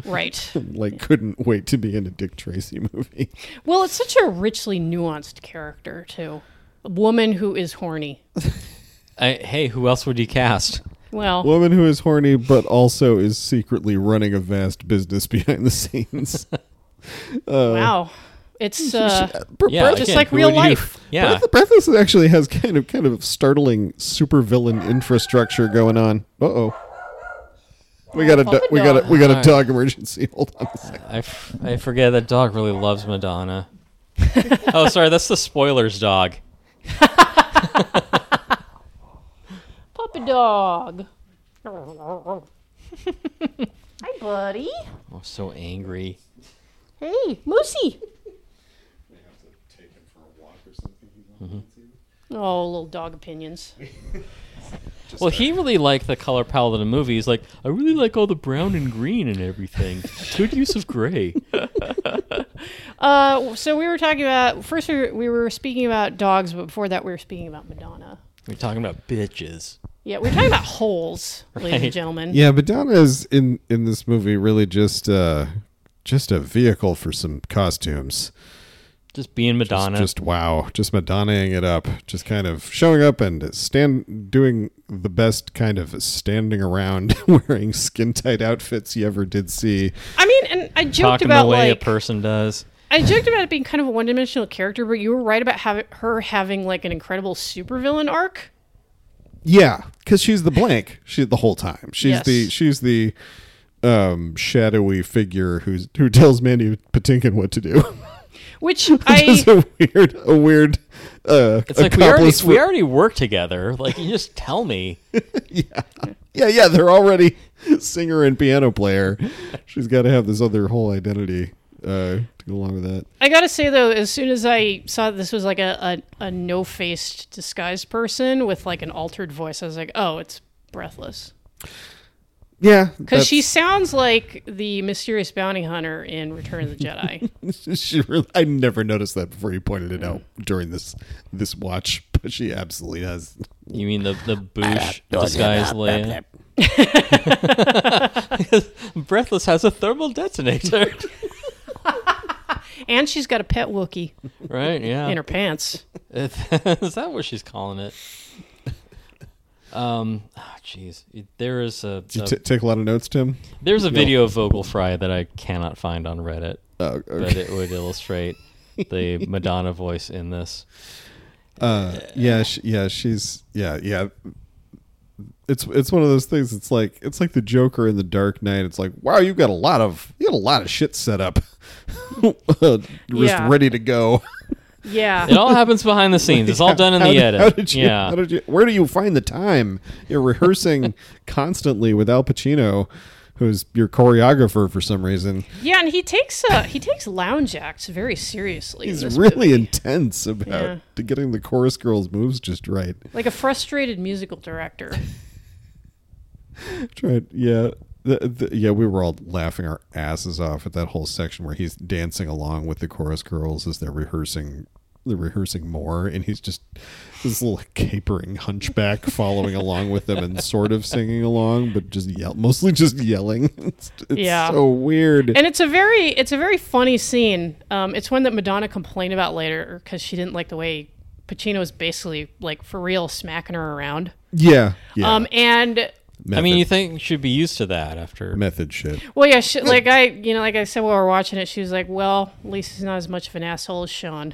right. Like couldn't wait to be in a Dick Tracy movie. Well, it's such a richly nuanced character too. A woman who is horny. I, hey, who else would you cast? Well, Woman who is horny but also is secretly running a vast business behind the scenes. wow. It's uh, Yeah, Just like who real would you- life. yeah. Breath- Breathless actually has kind of kind of startling supervillain infrastructure going on. Uh oh. We got a do- we got a we got a dog emergency. Hold on a second. I, f- I forget that dog really loves Madonna. oh, sorry, that's the spoilers dog. puppy dog. Hi, buddy. Oh, I'm so angry. Hey, Moosey. Mm-hmm. Oh, little dog opinions. well, he really liked the color palette of the movie. He's like, I really like all the brown and green and everything. Good use of gray. Uh, so we were talking about first we were, we were speaking about dogs, but before that we were speaking about Madonna. We're talking about bitches. Yeah, we were talking about holes, ladies and gentlemen. Yeah, Madonna is in in this movie really just uh just a vehicle for some costumes. Just being Madonna. Just wow, just Madonnaing it up, just kind of showing up and stand doing the best kind of standing around wearing skin tight outfits you ever did see. I mean, and I joked talking about the way like a person does. I joked about it being kind of a one-dimensional character, but you were right about hav- her having like an incredible supervillain arc. Yeah, because she's the blank. She the whole time. She's Yes. the she's the um shadowy figure who's who tells Mandy Patinkin what to do. Which It's I a weird, a weird. Uh, It's like we already, accomplice we for- already work together. Like, you just tell me. Yeah, yeah. They're already singer and piano player. She's got to have this other whole identity uh, to go along with that. I gotta say though, as soon as I saw that this was like a, a, a no-faced disguised person with like an altered voice, I was like, oh, it's breathless Yeah, because she sounds like the mysterious bounty hunter in Return of the Jedi. she really, I never noticed that before you pointed it out during this this watch, but she absolutely does. You mean the, the boosh disguise Leia? Breathless has a thermal detonator. and she's got a pet Wookie right, yeah. in her pants. Is that what she's calling it? Um, ah, jeez, there is a, Did you a- t- take a lot of notes, Tim? there's a video of Vogelfrey that I cannot find on Reddit, Oh, but it would illustrate the Madonna voice in this. uh, yeah, sh yeah, she's yeah, yeah. It's it's one of those things. It's like it's like the Joker in the Dark Knight. It's like wow, you've got a lot of you got a lot of shit set up, Uh, just Yeah. ready to go. Yeah, It all happens behind the scenes. It's all done in How the did- edit. How did you, yeah, how did you, where do you find the time? You're rehearsing constantly with Al Pacino, who's your choreographer for some reason. yeah, and he takes uh, he takes lounge acts very seriously. in He's this really movie. intense about Yeah. to getting the chorus girls' moves just right. like a frustrated musical director. Tried, yeah. The, the, yeah, we were all laughing our asses off at that whole section where he's dancing along with the chorus girls as they're rehearsing. They're rehearsing more, and he's just this little capering hunchback following along with them and sort of singing along, but just yell, mostly just yelling. It's, it's Yeah. so weird. And it's a very it's a very funny scene. Um, it's one that Madonna complained about later because she didn't like the way Pacino was basically like for real smacking her around. yeah, yeah. Um, and method, I mean, you think she'd be used to that after? method shit. well, yeah, she, like I you know like I said while we were watching it, she was like, well, at least he's not as much of an asshole as Sean.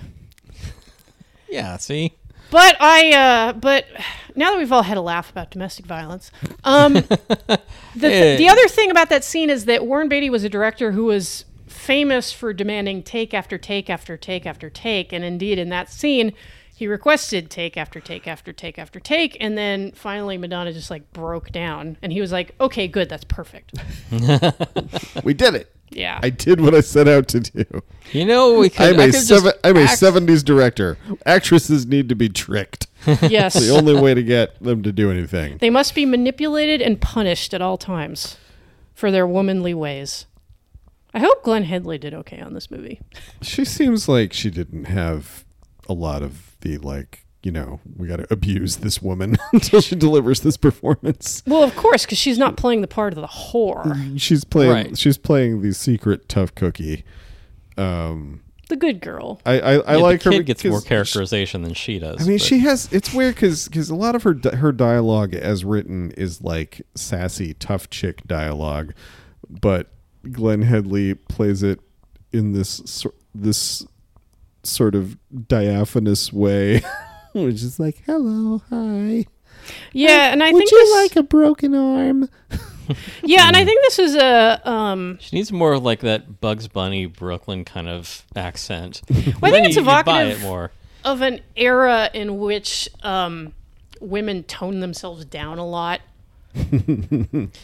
Yeah, see, But I, uh, but now that we've all had a laugh about domestic violence, um, the, the other thing about that scene is that Warren Beatty was a director who was famous for demanding take after take after take after take, and indeed in that scene, he requested take after take after take after take, and then finally Madonna just like broke down, and he was like, "Okay, good, that's perfect." We did it. Yeah, I did what I set out to do. You know, we could, I'm I a could just seven, I'm a act- seventies director. Actresses need to be tricked. yes, The only way to get them to do anything. they must be manipulated and punished at all times for their womanly ways. I hope Glenn Headley did okay on this movie. She seems like she didn't have a lot of the like. You know, we got to abuse this woman until she delivers this performance. Well, of course, because she's not playing the part of the whore, She's playing. Right. She's playing the secret tough cookie. Um, the good girl. I I, I yeah, like the her. kid gets more because- characterization than she does. I mean, but- she has. It's weird because a lot of her di- her dialogue as written is like sassy, tough chick dialogue, but Glenn Headley plays it in this sor- this sort of diaphanous way, which is like, "Hello, hi. Yeah, and I Would think you this, like a broken arm?" yeah, and I think this is a um. She needs more of like that Bugs Bunny Brooklyn kind of accent. Well, I think it's you, you buy evocative it more. of an era in which um, women tone themselves down a lot.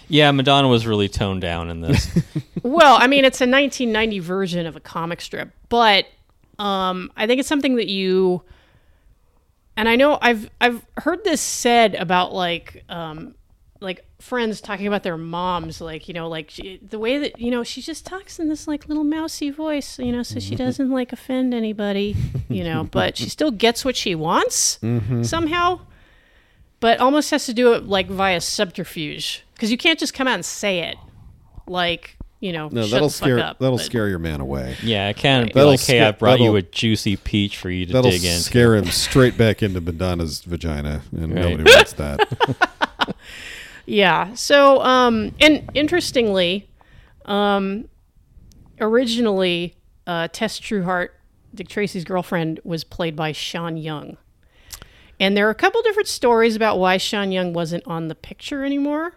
Yeah, Madonna was really toned down in this. Well, I mean, it's a 1990 version of a comic strip, but um, I think it's something that you. And I know I've I've heard this said about like um, like friends talking about their moms, like you know, like she, the way that you know she just talks in this like little mousy voice, you know, so she Mm-hmm. doesn't like offend anybody, you know, but she still gets what she wants Mm-hmm. somehow. But almost has to do it like via subterfuge because you can't just come out and say it, like you know, No, shut that'll the fuck scare up, that'll but- scare your man away. yeah, I can be That'll like, hey, sca- I brought you that'll- a juicy peach for you to That'll dig into. scare him straight back into Madonna's vagina, and Right. nobody wants that. Yeah. So, um, and interestingly, um, originally, uh, Tess Trueheart, Dick Tracy's girlfriend, was played by Sean Young. And there are a couple different stories about why Sean Young wasn't on the picture anymore.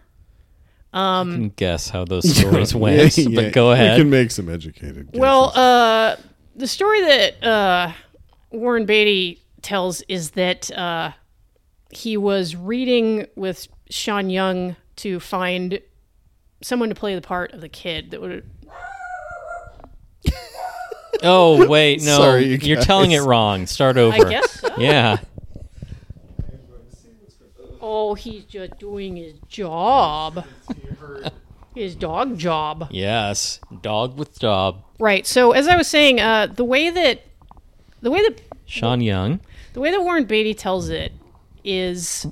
I can guess how those stories went, Yeah, yeah. but go ahead. You can make some educated. Guesses. Well, uh, the story that uh, Warren Beatty tells is that uh, he was reading with Sean Young to find someone to play the part of the kid that would Oh wait, no, Sorry, you you are telling it guys. wrong. Start over. I guess so. Yeah. Oh, he's just doing his job. His dog job. Yes. Dog with job. Right. So as I was saying, uh, the way that the way that Sean Young. the way that Warren Beatty tells it is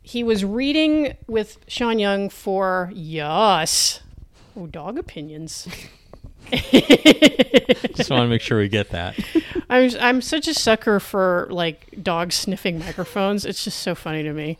he was reading with Sean Young for yes. Oh, dog opinions. Just want to make sure we get that. I'm I'm such a sucker for like dogs sniffing microphones. It's just so funny to me.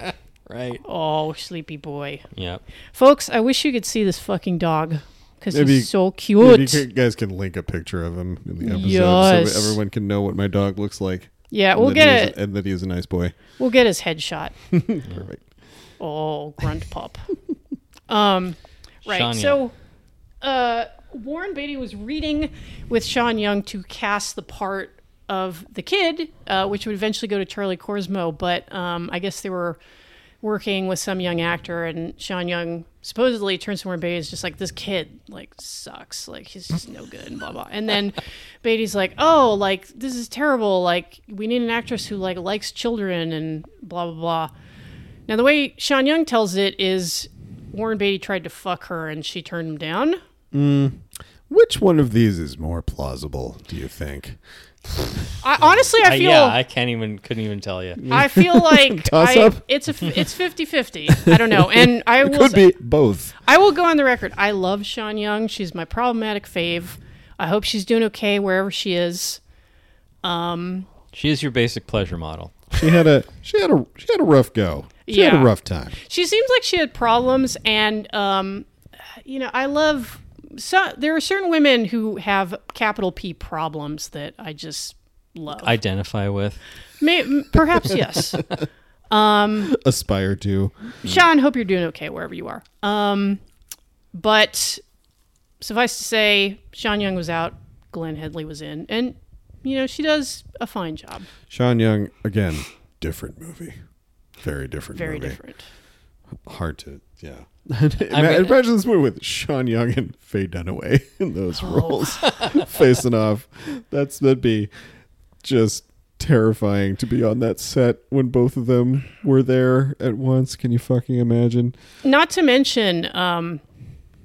Right. Oh, sleepy boy. Yep. Folks, I wish you could see this fucking dog because Maybe- he's so Yeah, cute. you can- guys can link a picture of him in the episode Yes. so everyone can know what my dog looks like. Yeah, and we'll that get he is- it. and that he is a nice boy. We'll get his headshot. Perfect. Oh, grunt pup. um, right. Sean so, uh, Warren Beatty was reading with Sean Young to cast the part of the kid, uh, which would eventually go to Charlie Corsmo. But um, I guess they were working with some young actor, and Sean Young supposedly turns to Warren Beatty and is just like, "This kid like sucks. Like he's just no good." And blah blah. And then Beatty's like, "Oh, like this is terrible. Like we need an actress who like likes children and blah blah blah." Now, the way Sean Young tells it is Warren Beatty tried to fuck her and she turned him down. Which one of these is more plausible, do you think? I, honestly, I- Uh, I feel. yeah, I can't even couldn't even tell you. I feel like Toss I, up? it's a f- it's 50-50. I don't know. And I will Could say- be both. I will go on the record. I love Sean Young. She's my problematic fave. I hope she's doing okay wherever she is. She is your basic pleasure model. She had a she had a she had a rough go. She had Yeah. a rough time. she seems like she had problems and um you know i love so there are certain women who have capital p problems that i just love. identify with. May, m- perhaps yes. Aspire to. Mm. Sean, hope you're doing okay wherever you are. Um, but suffice to say, Sean Young was out, Glenn Headley was in, and you know she does a fine job. Sean Young again, different movie, very different. Very movie. different. Hard to yeah. Imagine, imagine this movie with Sean Young and Faye Dunaway in those Oh. roles, facing off. That's that'd be just terrifying to be on that set when both of them were there at once. Can you fucking imagine? Not to mention, um,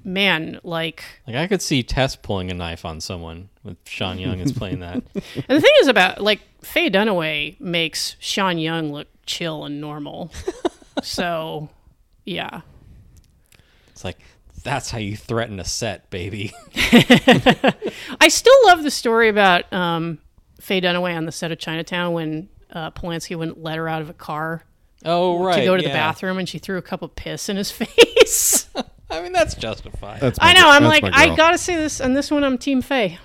man, like, Like I could see Tess pulling a knife on someone with Sean Young is playing that. and the thing is about like Faye Dunaway makes Sean Young look chill and normal. so, yeah. It's like that's how you threaten a set, baby. I still love the story about um, Faye Dunaway on the set of Chinatown when uh, Polanski wouldn't let her out of a car Oh right. to go to the yeah. bathroom, and she threw a cup of piss in his face. I mean that's justified. That's my I know. gi- I'm that's like, my I girl. gotta say this, and this one, I'm Team Faye.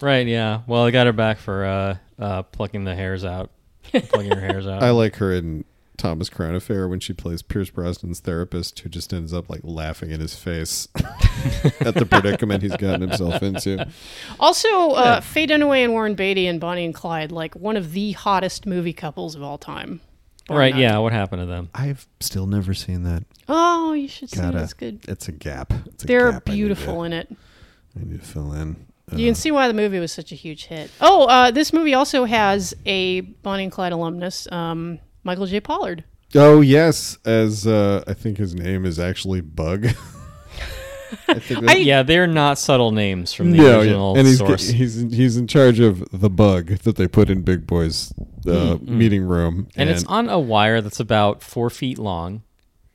right, yeah. Well I got her back for uh uh plucking the hairs out. plucking her hairs out. I like her in Thomas Crown Affair when she plays Pierce Brosnan's therapist, who just ends up like laughing in his face at the predicament he's gotten himself into. Also, uh, Faye Dunaway and Warren Beatty and Bonnie and Clyde, like one of the hottest movie couples of all time. Bar right, none. yeah, what happened to them? I've still never seen that. Oh, you should see it. Gotta- It's good. It's a gap. It's a They're gap I need beautiful to- in it. I need to, fill in. Uh, You can see why the movie was such a huge hit. Oh, uh, this movie also has a Bonnie and Clyde alumnus, um, Michael J. Pollard. oh yes, as uh, I think his name is actually Bug. I think that's- Yeah, they're not subtle names from the No, original and he's source. he's he's in charge of the bug that they put in Big Boy's uh, meeting room, Hmm, and it's on a wire that's about four feet long.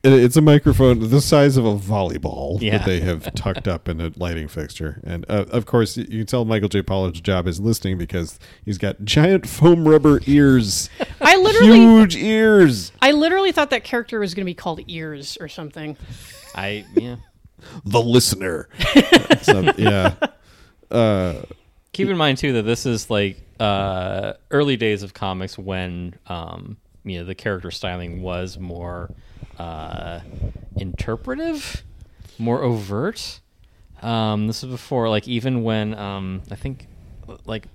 It- It's a microphone the size of a volleyball Yeah. that they have tucked up in a lighting fixture. And uh, of course, y- you can tell Michael J. Pollard's job is listening because he's got giant foam rubber ears, I literally, huge ears. I literally thought that character was going to be called Ears or something. I yeah. The listener. So, yeah. Keep in mind too that this is like uh, early days of comics when um, you know the character styling was more uh, interpretive, more overt. Um, this is before like even when um, I think like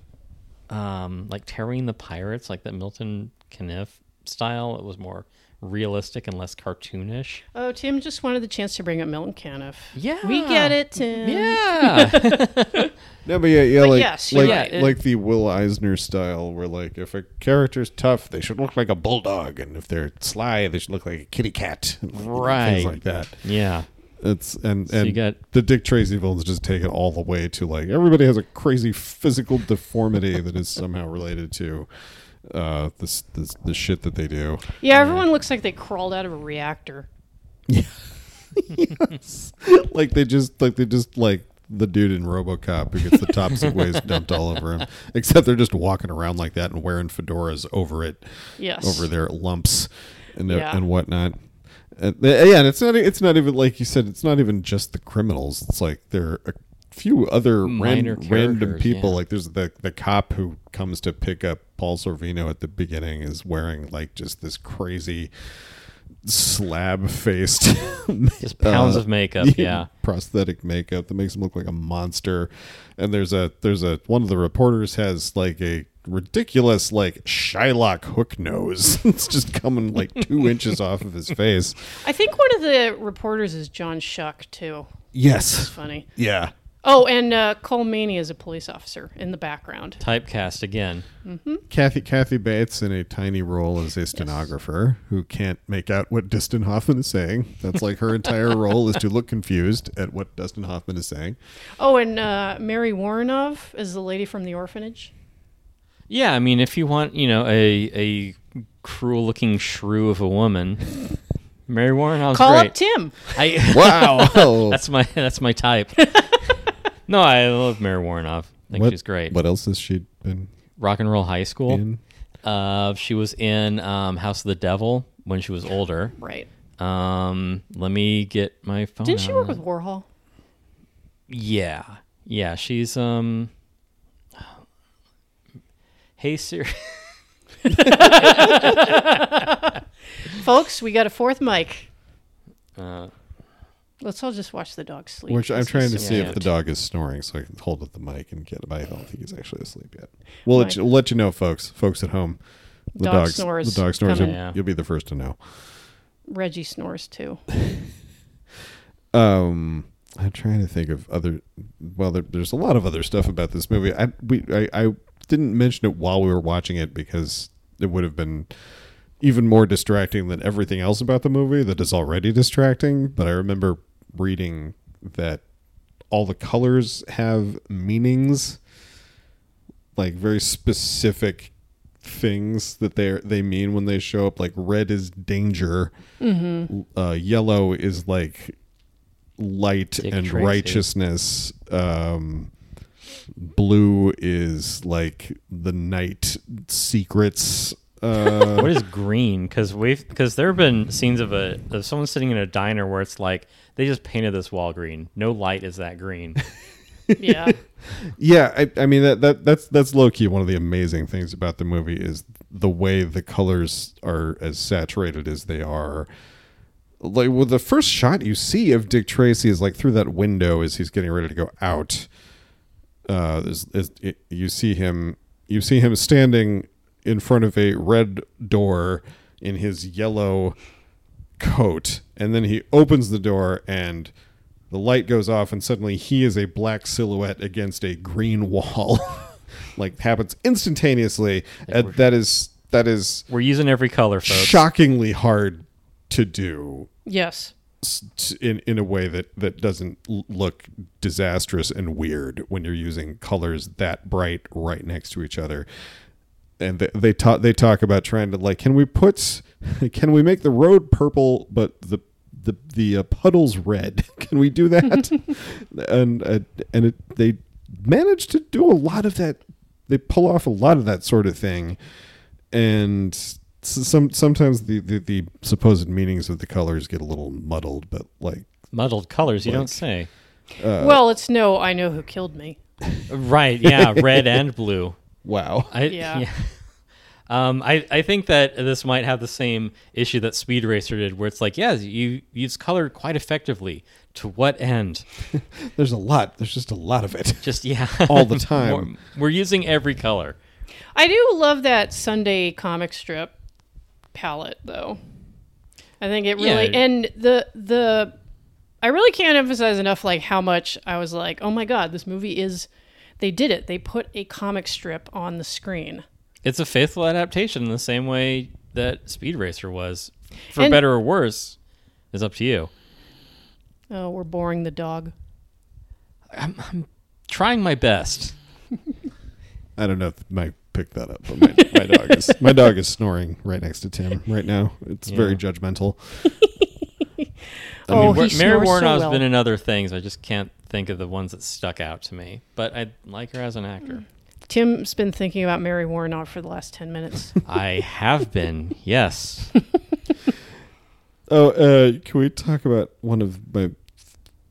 um, like Terroring the Pirates, like that Milton Caniff style, it was more realistic and less cartoonish. Oh, Tim just wanted the chance to bring up Milton Caniff. Yeah. we get it, Tim. Yeah. No, but yeah, yeah, But like yes, you're like, right. It- like the Will Eisner style, where like if a character's tough, they should look like a bulldog, and if they're sly, they should look like a kitty cat, Right. Things like that. yeah. It's and and you got- the Dick Tracy villains just take it all the way to like everybody has a crazy physical deformity that is somehow related to uh this this the shit that they do. Yeah, everyone looks like they crawled out of a reactor. like they just like they just like the dude in RoboCop who gets the tops of ways dumped all over him. Except they're just walking around like that and wearing fedoras over it, Yes. over their lumps and uh, Yeah. and whatnot. And they- uh, yeah, and it's not e, it's not even like you said. It's not even just the criminals. It's like there are a few other ran, Minor random characters, people. yeah. Like there's the the cop who comes to pick up Paul Sorvino at the beginning is wearing like just this crazy slab faced Just pounds of makeup. Yeah. prosthetic makeup that makes him look like a monster and there's a there's a one of the reporters has like a ridiculous like shylock hook nose it's just coming like two inches off of his face I think one of the reporters is John Shuck too. yes Funny. yeah Oh, and uh, Cole Maney is a police officer in the background. Typecast again. kathy kathy bates in a tiny role as a stenographer who can't make out what dustin hoffman is saying that's like her entire role is to look confused at what dustin hoffman is saying Oh, and uh, Mary Warrenov is the lady from the orphanage. Yeah, I mean, if you want, you know, a a cruel looking shrew of a woman, Mary Warren, I was Call great. up Tim. I, wow that's my that's my type. no, I love Mary Warrenoff. I think what, she's great. what else has she been Rock and Roll High School. in Uh, she was in um, House of the Devil when she was older. Right. Um, let me get my phone. Didn't she out. work with Warhol? Yeah, yeah, she's um. Hey Siri. Folks, we got a fourth mic. Uh, Let's all just watch the dog sleep. Which I'm This is trying to so see if cute. the dog is snoring, so I can hold up the mic and get. But I don't think he's actually asleep yet. We'll let Right. you, we'll let you know, folks. Folks at home, the Dog dogs- snores. The dog snores. Come You'll, in. Yeah. you'll be the first to know. Reggie snores too. Um, I'm trying to think of other. Well, there, there's a lot of other stuff about this movie. I we I, I didn't mention it while we were watching it because it would have been even more distracting than everything else about the movie that is already distracting. But I remember reading that all the colors have meanings, like very specific things that they they mean when they show up. Like red is danger, uh, yellow is like light and Tracy. righteousness. Um, blue is like the night secrets. Uh, what is green? Because we've because there have been scenes of a of someone sitting in a diner where it's like they just painted this wall green. No light is that green. Yeah. Yeah, I, I mean that, that that's that's low key one of the amazing things about the movie is the way the colors are as saturated as they are. Like well, the first shot you see of Dick Tracy is like through that window as he's getting ready to go out. Uh, is, is, it, you see him you see him standing in front of a red door in his yellow coat and then he opens the door and the light goes off and suddenly he is a black silhouette against a green wall like happens instantaneously and that is that is We're using every color, folks. shockingly hard to do yes. s- t- in in a way that that doesn't l- look disastrous and weird when you're using colors that bright right next to each other. And they, they talk they talk about trying to like can we put can we make the road purple but the the the uh, puddles red? Can we do that? and uh, and it, they manage to do a lot of that. They pull off a lot of that sort of thing and s- some sometimes the, the the supposed meanings of the colors get a little muddled but like Muddled colors. You don't say. Uh, well, it's no. I know who killed me. Right. Yeah. Red and blue. wow I, Yeah. Um, I, I think that this might have the same issue that Speed Racer did, where it's like, yeah, you use color quite effectively. To what end? there's a lot there's just a lot of it Just yeah, All the time. More- we're using every color. I do love that Sunday comic strip palette though. I think it really Yeah. and the the I really can't emphasize enough like how much I was like, "Oh my god, this movie is they did it. They put a comic strip on the screen." It's a faithful adaptation in the same way that Speed Racer was, for And- better or worse, is up to you. Oh, we're boring the dog. Trying my best. i don't know if mike picked that up but my, my dog is my dog is snoring right next to tim right now it's very judgmental oh, Wa- he Mary snores so Warnow's well. been in other things. I just can't think of the ones that stuck out to me. But I like her as an actor. Tim's been thinking about Mary Warnow for the last 10 minutes. I have been, yes. oh uh can we talk about one of my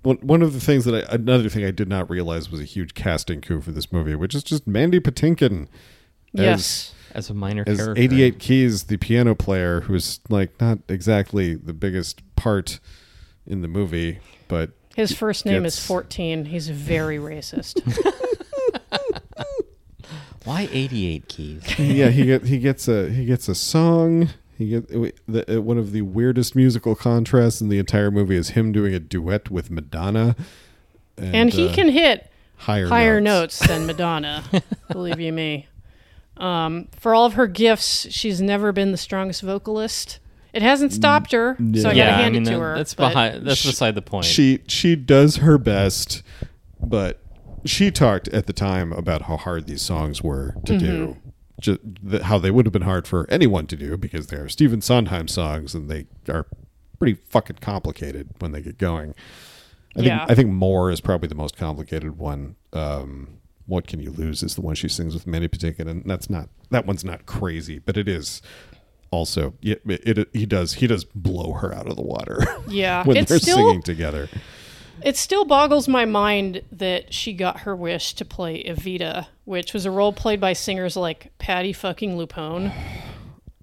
one, one of the things that I, another thing I did not realize was a huge casting coup for this movie, which is just Mandy Patinkin yes. As a minor as character. 88 keys the piano player who's like not exactly the biggest part in the movie but His first name is Gets- 14. He's very racist. Why 88 keys? yeah he get, he gets a he gets a song he get the, uh, one of the weirdest musical contrasts in the entire movie is him doing a duet with Madonna and he uh, can hit higher higher notes. than Madonna, believe you me. Um, for all of her gifts, she's never been the strongest vocalist. It hasn't stopped her, so I gotta yeah, I hand mean, it to that- her. that's, but behind, that's beside the point. she she does her best but she talked at the time about how hard these songs were to do just th- how they would have been hard for anyone to do because they are Stephen Sondheim songs and they are pretty fucking complicated when they get going I think Yeah. I think more is probably the most complicated one um what can you lose is the one she sings with Manny Patinkin and that's not that one's not crazy but it is also it, it, he does he does blow her out of the water Yeah, when it's they're still- singing together It still boggles my mind that she got her wish to play Evita, which was a role played by singers like Patty fucking Lupone.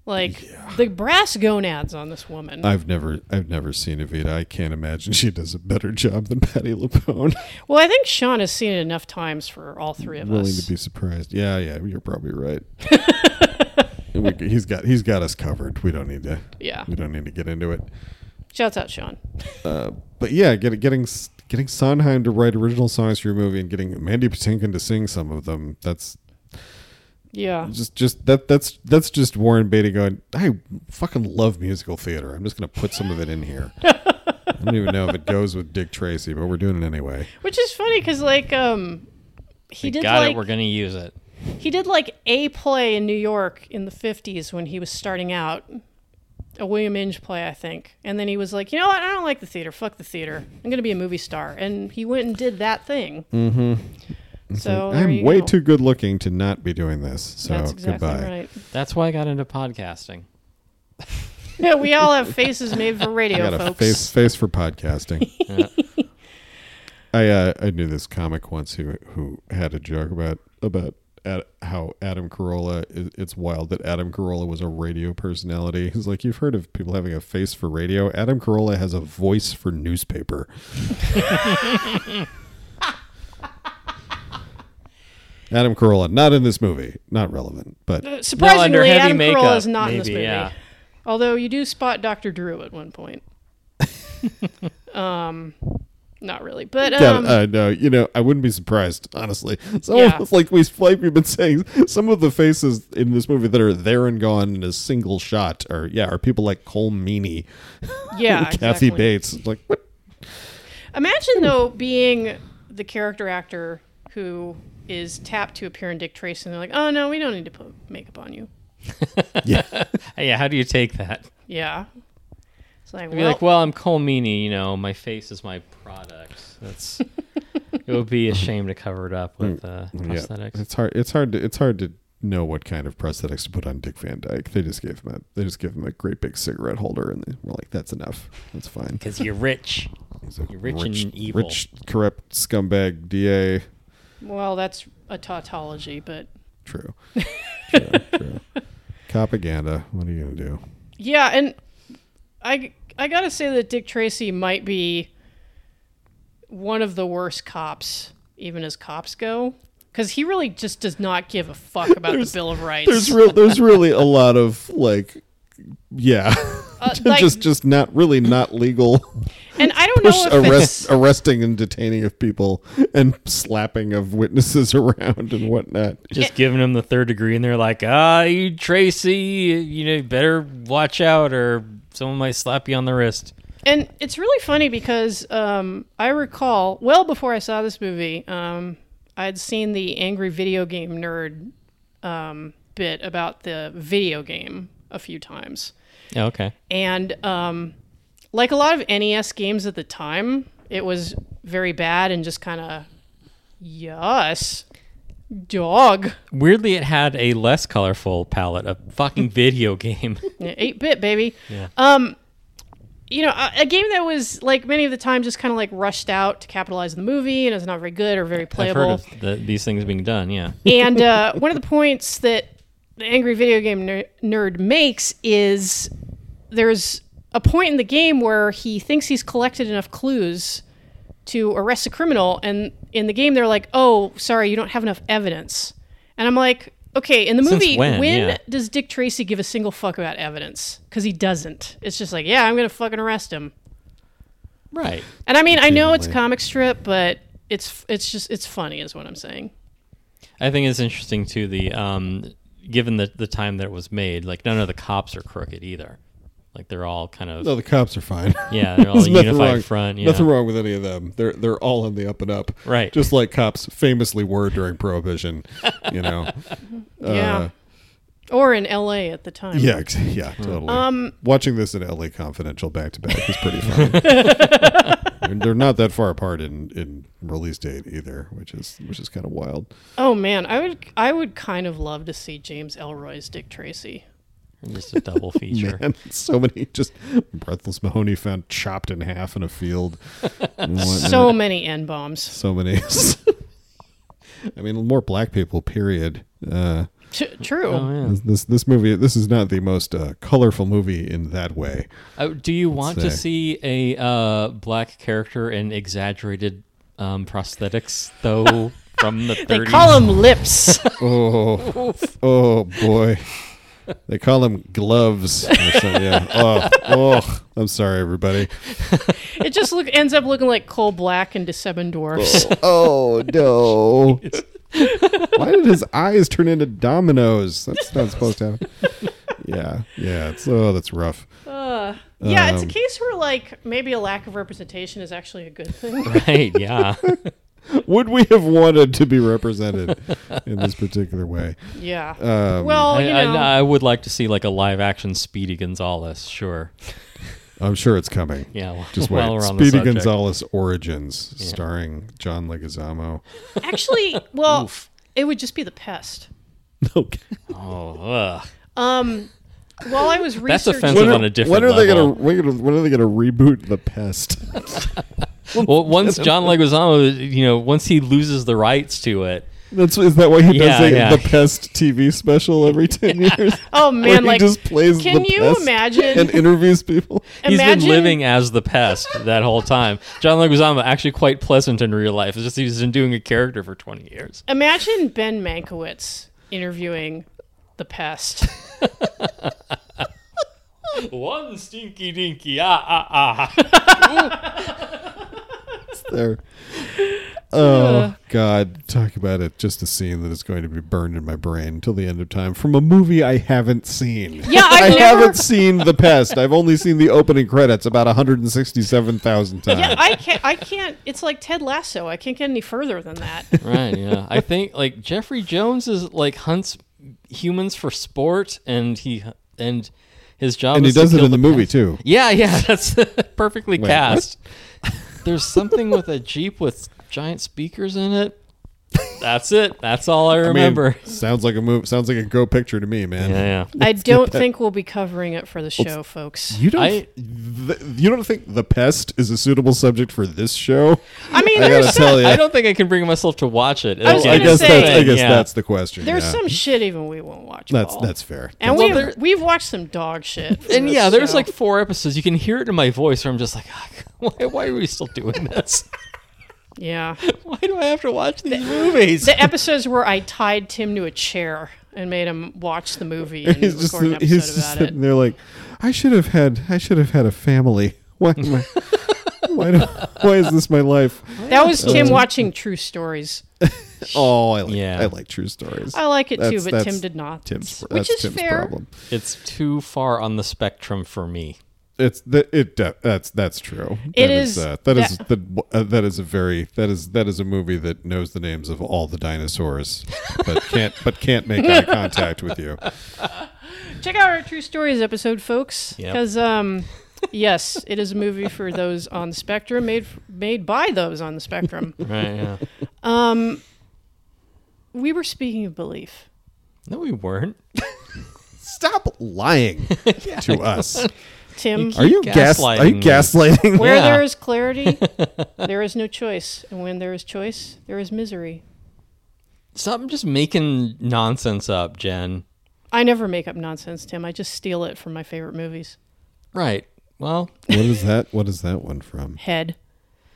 Like the brass gonads on this woman. I've never I've never seen Evita. I can't imagine she does a better job than Patty LuPone. well, I think Sean has seen it enough times for all three of Willing us. to be surprised. Yeah, yeah, you're probably right. We- he's got he's got us covered. We don't need to Yeah. we don't need to get into it. Shouts out, Sean. But yeah, get, getting getting Sondheim to write original songs for your movie and getting Mandy Patinkin to sing some of them. That's Yeah. just just that that's that's just Warren Beatty going. I fucking love musical theater. I'm just gonna put some of it in here. I don't even know if it goes with Dick Tracy, but we're doing it anyway. Which is funny because, like, um, he did Got like it. We're gonna use it. He did like a play in New York in the 50s when he was starting out, a William Inge play, I think. And then he was like, you know what? I don't like the theater. Fuck the theater. I'm going to be a movie star. And he went and did that thing. Mm-hmm. So there I'm you way go. too good looking to not be doing this. So That's exactly goodbye. right. That's why I got into podcasting. Yeah, we all have faces made for I radio, got a folks. face face for podcasting. I uh, I knew this comic once who who had a joke about about Ad, how Adam Carolla. i- It's wild that Adam Carolla was a radio personality. He's like you've heard of people having a face for radio. Adam Carolla has a voice for newspaper. Adam Carolla not in this movie. Not relevant, but Uh, Well, under Surprisingly, heavy Adam makeup, Carolla is not in this maybe, movie. yeah. Although you do spot Dr. Drew at one point. um, not really. But Yeah, um, uh, no, you know, I wouldn't be surprised, honestly. Some of- Yeah. like we like we've been saying, some of the faces in this movie that are there and gone in a single shot are yeah, are people like Cole Meany, yeah, Kathy exactly. Bates. It's Like what Imagine though being the character actor who is tapped to appear in Dick Tracy, and they're like, "Oh no, we don't need to put makeup on you." Hey, yeah, how do you take that? Yeah, it's like, I'd well, be like, well, I'm Cole Meany, you know, my face is my product. That's it would be a shame to cover it up with uh, Mm, yeah, prosthetics. It's hard it's hard to it's hard to know what kind of prosthetics to put on Dick Van Dyke. They just gave him a they just gave him a great big cigarette holder and they were like, That's enough. That's fine. Because you're rich. He's a You're rich and evil. rich corrupt scumbag DA. well, that's a tautology, but True. true, true. Propaganda. What are you gonna do? yeah, and I I gotta say that Dick Tracy might be one of the worst cops, even as cops go, because he really just does not give a fuck about the Bill of Rights. there's real there's really a lot of like yeah Uh, like- just just not really not legal and I don't know Just if arrest it's arresting and detaining of people and slapping of witnesses around and whatnot Just giving them the third degree, and they're like, ah, you Tracy, you know, you better watch out, or someone might slap you on the wrist. And it's really funny because um, I recall well before I saw this movie, um, I'd seen the angry video game nerd um, bit about the video game a few times, Yeah, okay. and um, like a lot of NES games at the time, it was very bad and just kind of yes, dog, Weirdly, it had a less colorful palette, a fucking video game. eight bit baby. Yeah. Um, you know, a, a game that was like many of the time just kind of like rushed out to capitalize the movie and it's not very good or very I've playable. heard of the, these things being done, yeah. and uh, one of the points that the angry video game ner- nerd makes is there's a point in the game where he thinks he's collected enough clues to arrest a criminal and in the game they're like oh sorry you don't have enough evidence and i'm like okay in the Since movie when? Yeah. does dick tracy give a single fuck about evidence because he doesn't it's just like yeah i'm gonna fucking arrest him Right. and i mean i know it's a Definitely. comic strip but it's it's just it's funny is what i'm saying I think it's interesting too. The um, given the the time that it was made, like none of the cops are crooked either. Like they're all kind of no the cops are fine yeah, they're all There's a nothing unified wrong. front. Yeah. Nothing wrong with any of them. They're they're all on the up and up. Right. Just like cops famously were during Prohibition. You know. Uh, Yeah. or in LA at the time. Yeah. ex- Yeah. Totally. Um, Watching this in LA Confidential back to back is pretty fun. and they're not that far apart in, in release date either, which is which is kind of wild. Oh man, I would I would kind of love to see James Elroy's Dick Tracy. Just a double feature. Man, so many just breathless Mahoney found chopped in half in a field. and whatnot. So many N bombs. so many. I mean, more black people. Period. Uh, Oh, true. this, this this movie this is not the most uh, colorful movie in that way. Uh, do you want to say. see a uh, black character in exaggerated um, prosthetics, though, from the 30s? They call them lips. Oh, oh boy. They call them gloves. Or something, yeah. Oh, oh, I'm sorry, everybody. it just look ends up looking like coal black and December dwarfs. Oh no! Why did his eyes turn into dominoes? That's not supposed to happen. Yeah, yeah. It's, oh, that's rough. yeah, Um, it's a case where like maybe a lack of representation is actually a good thing. Right, yeah. Would we have wanted to be represented in this particular way? Yeah. Um, well, I, you I- know, I would like to see like a live action Speedy Gonzalez, sure. I'm sure it's coming. Yeah, well, Just wait. while we're on the Speedy subject. Gonzalez Origins, starring John Leguizamo. actually, well, it would just be the pest. Okay. Oh, ugh. Um, while I was That's researching, offensive. on a different when are they gonna, level. when gonna- when are they gonna reboot the pest? Well, once John Leguizamo, you know, once he loses the rights to it, That's is that why he Yeah, does the, yeah. the pest TV special every ten years? oh Where man, he like just plays can the you pest imagine- and interviews people? he's imagine been living as the pest that whole time. John Leguizamo actually quite pleasant in real life. It's just he's been doing a character for 20 years. imagine Ben Mankiewicz interviewing the pest. One stinky dinky, ah, ah, ah. There. Oh God! Talk about it. Just a scene that is going to be burned in my brain till the end of time from a movie I haven't seen. Yeah, I I've never- haven't seen The Pest. I've only seen the opening credits about 167,000 times. yeah, I can't. I can't. It's like Ted Lasso. I can't get any further than that. Right, yeah. I think like Jeffrey Jones is like hunts humans for sport and he and his job and he is to does it kill in the movie too. Yeah, yeah, that's perfectly what? cast. There's something with a Jeep with giant speakers in it. That's it. That's all I I mean, remember. sounds like a move. Sounds like a go picture to me, man. yeah, yeah. I don't think we'll be covering it for the show, folks. You don't. I- th- you don't think the pest is a suitable subject for this show? I mean, I there's gotta some, tell you. I don't think I can bring myself to watch it. I was I gonna guess say- that's. I guess Yeah. that's the question. there's yeah. some shit even we won't watch. That's Paul. that's fair. And Well, we've, there- we've watched some dog shit. for And this yeah, there's show. like four episodes. You can hear it in my voice, where I'm just like, "Ah, why, why are we still doing this? yeah, Why do I have to watch these movies? the episodes where I tied Tim to a chair and made him watch the movie and he's just, record an he's episode just about it. sitting there like, I should have had. I should have had a family. Why am I? why, do, why is this my life? That was Tim watching True Stories. Oh, I like. Yeah. I like true stories. I like it That's- too, but that's Tim did not. Tim's, which that's is Tim's fair. problem. It's too far on the spectrum for me. It's that it de- that's that's true. It That is- uh, that is that- that uh, that is a very that is that is a movie that knows the names of all the dinosaurs, but can't but can't make eye contact with you. Check out our True Stories episode, folks, Yep. because um, yes, it is a movie for those on the spectrum, made made by those on the spectrum. Right? Yeah. we were speaking of belief. No, we weren't. Stop lying to us. Tim, Are you gas? Are you gaslighting me. gaslighting? Where Yeah. there is clarity, there is no choice. And when there is choice, there is misery. Stop just making nonsense up, Jen. I never make up nonsense, Tim. I just steal it from my favorite movies. Right. Well, What is that? What is that one from? Head.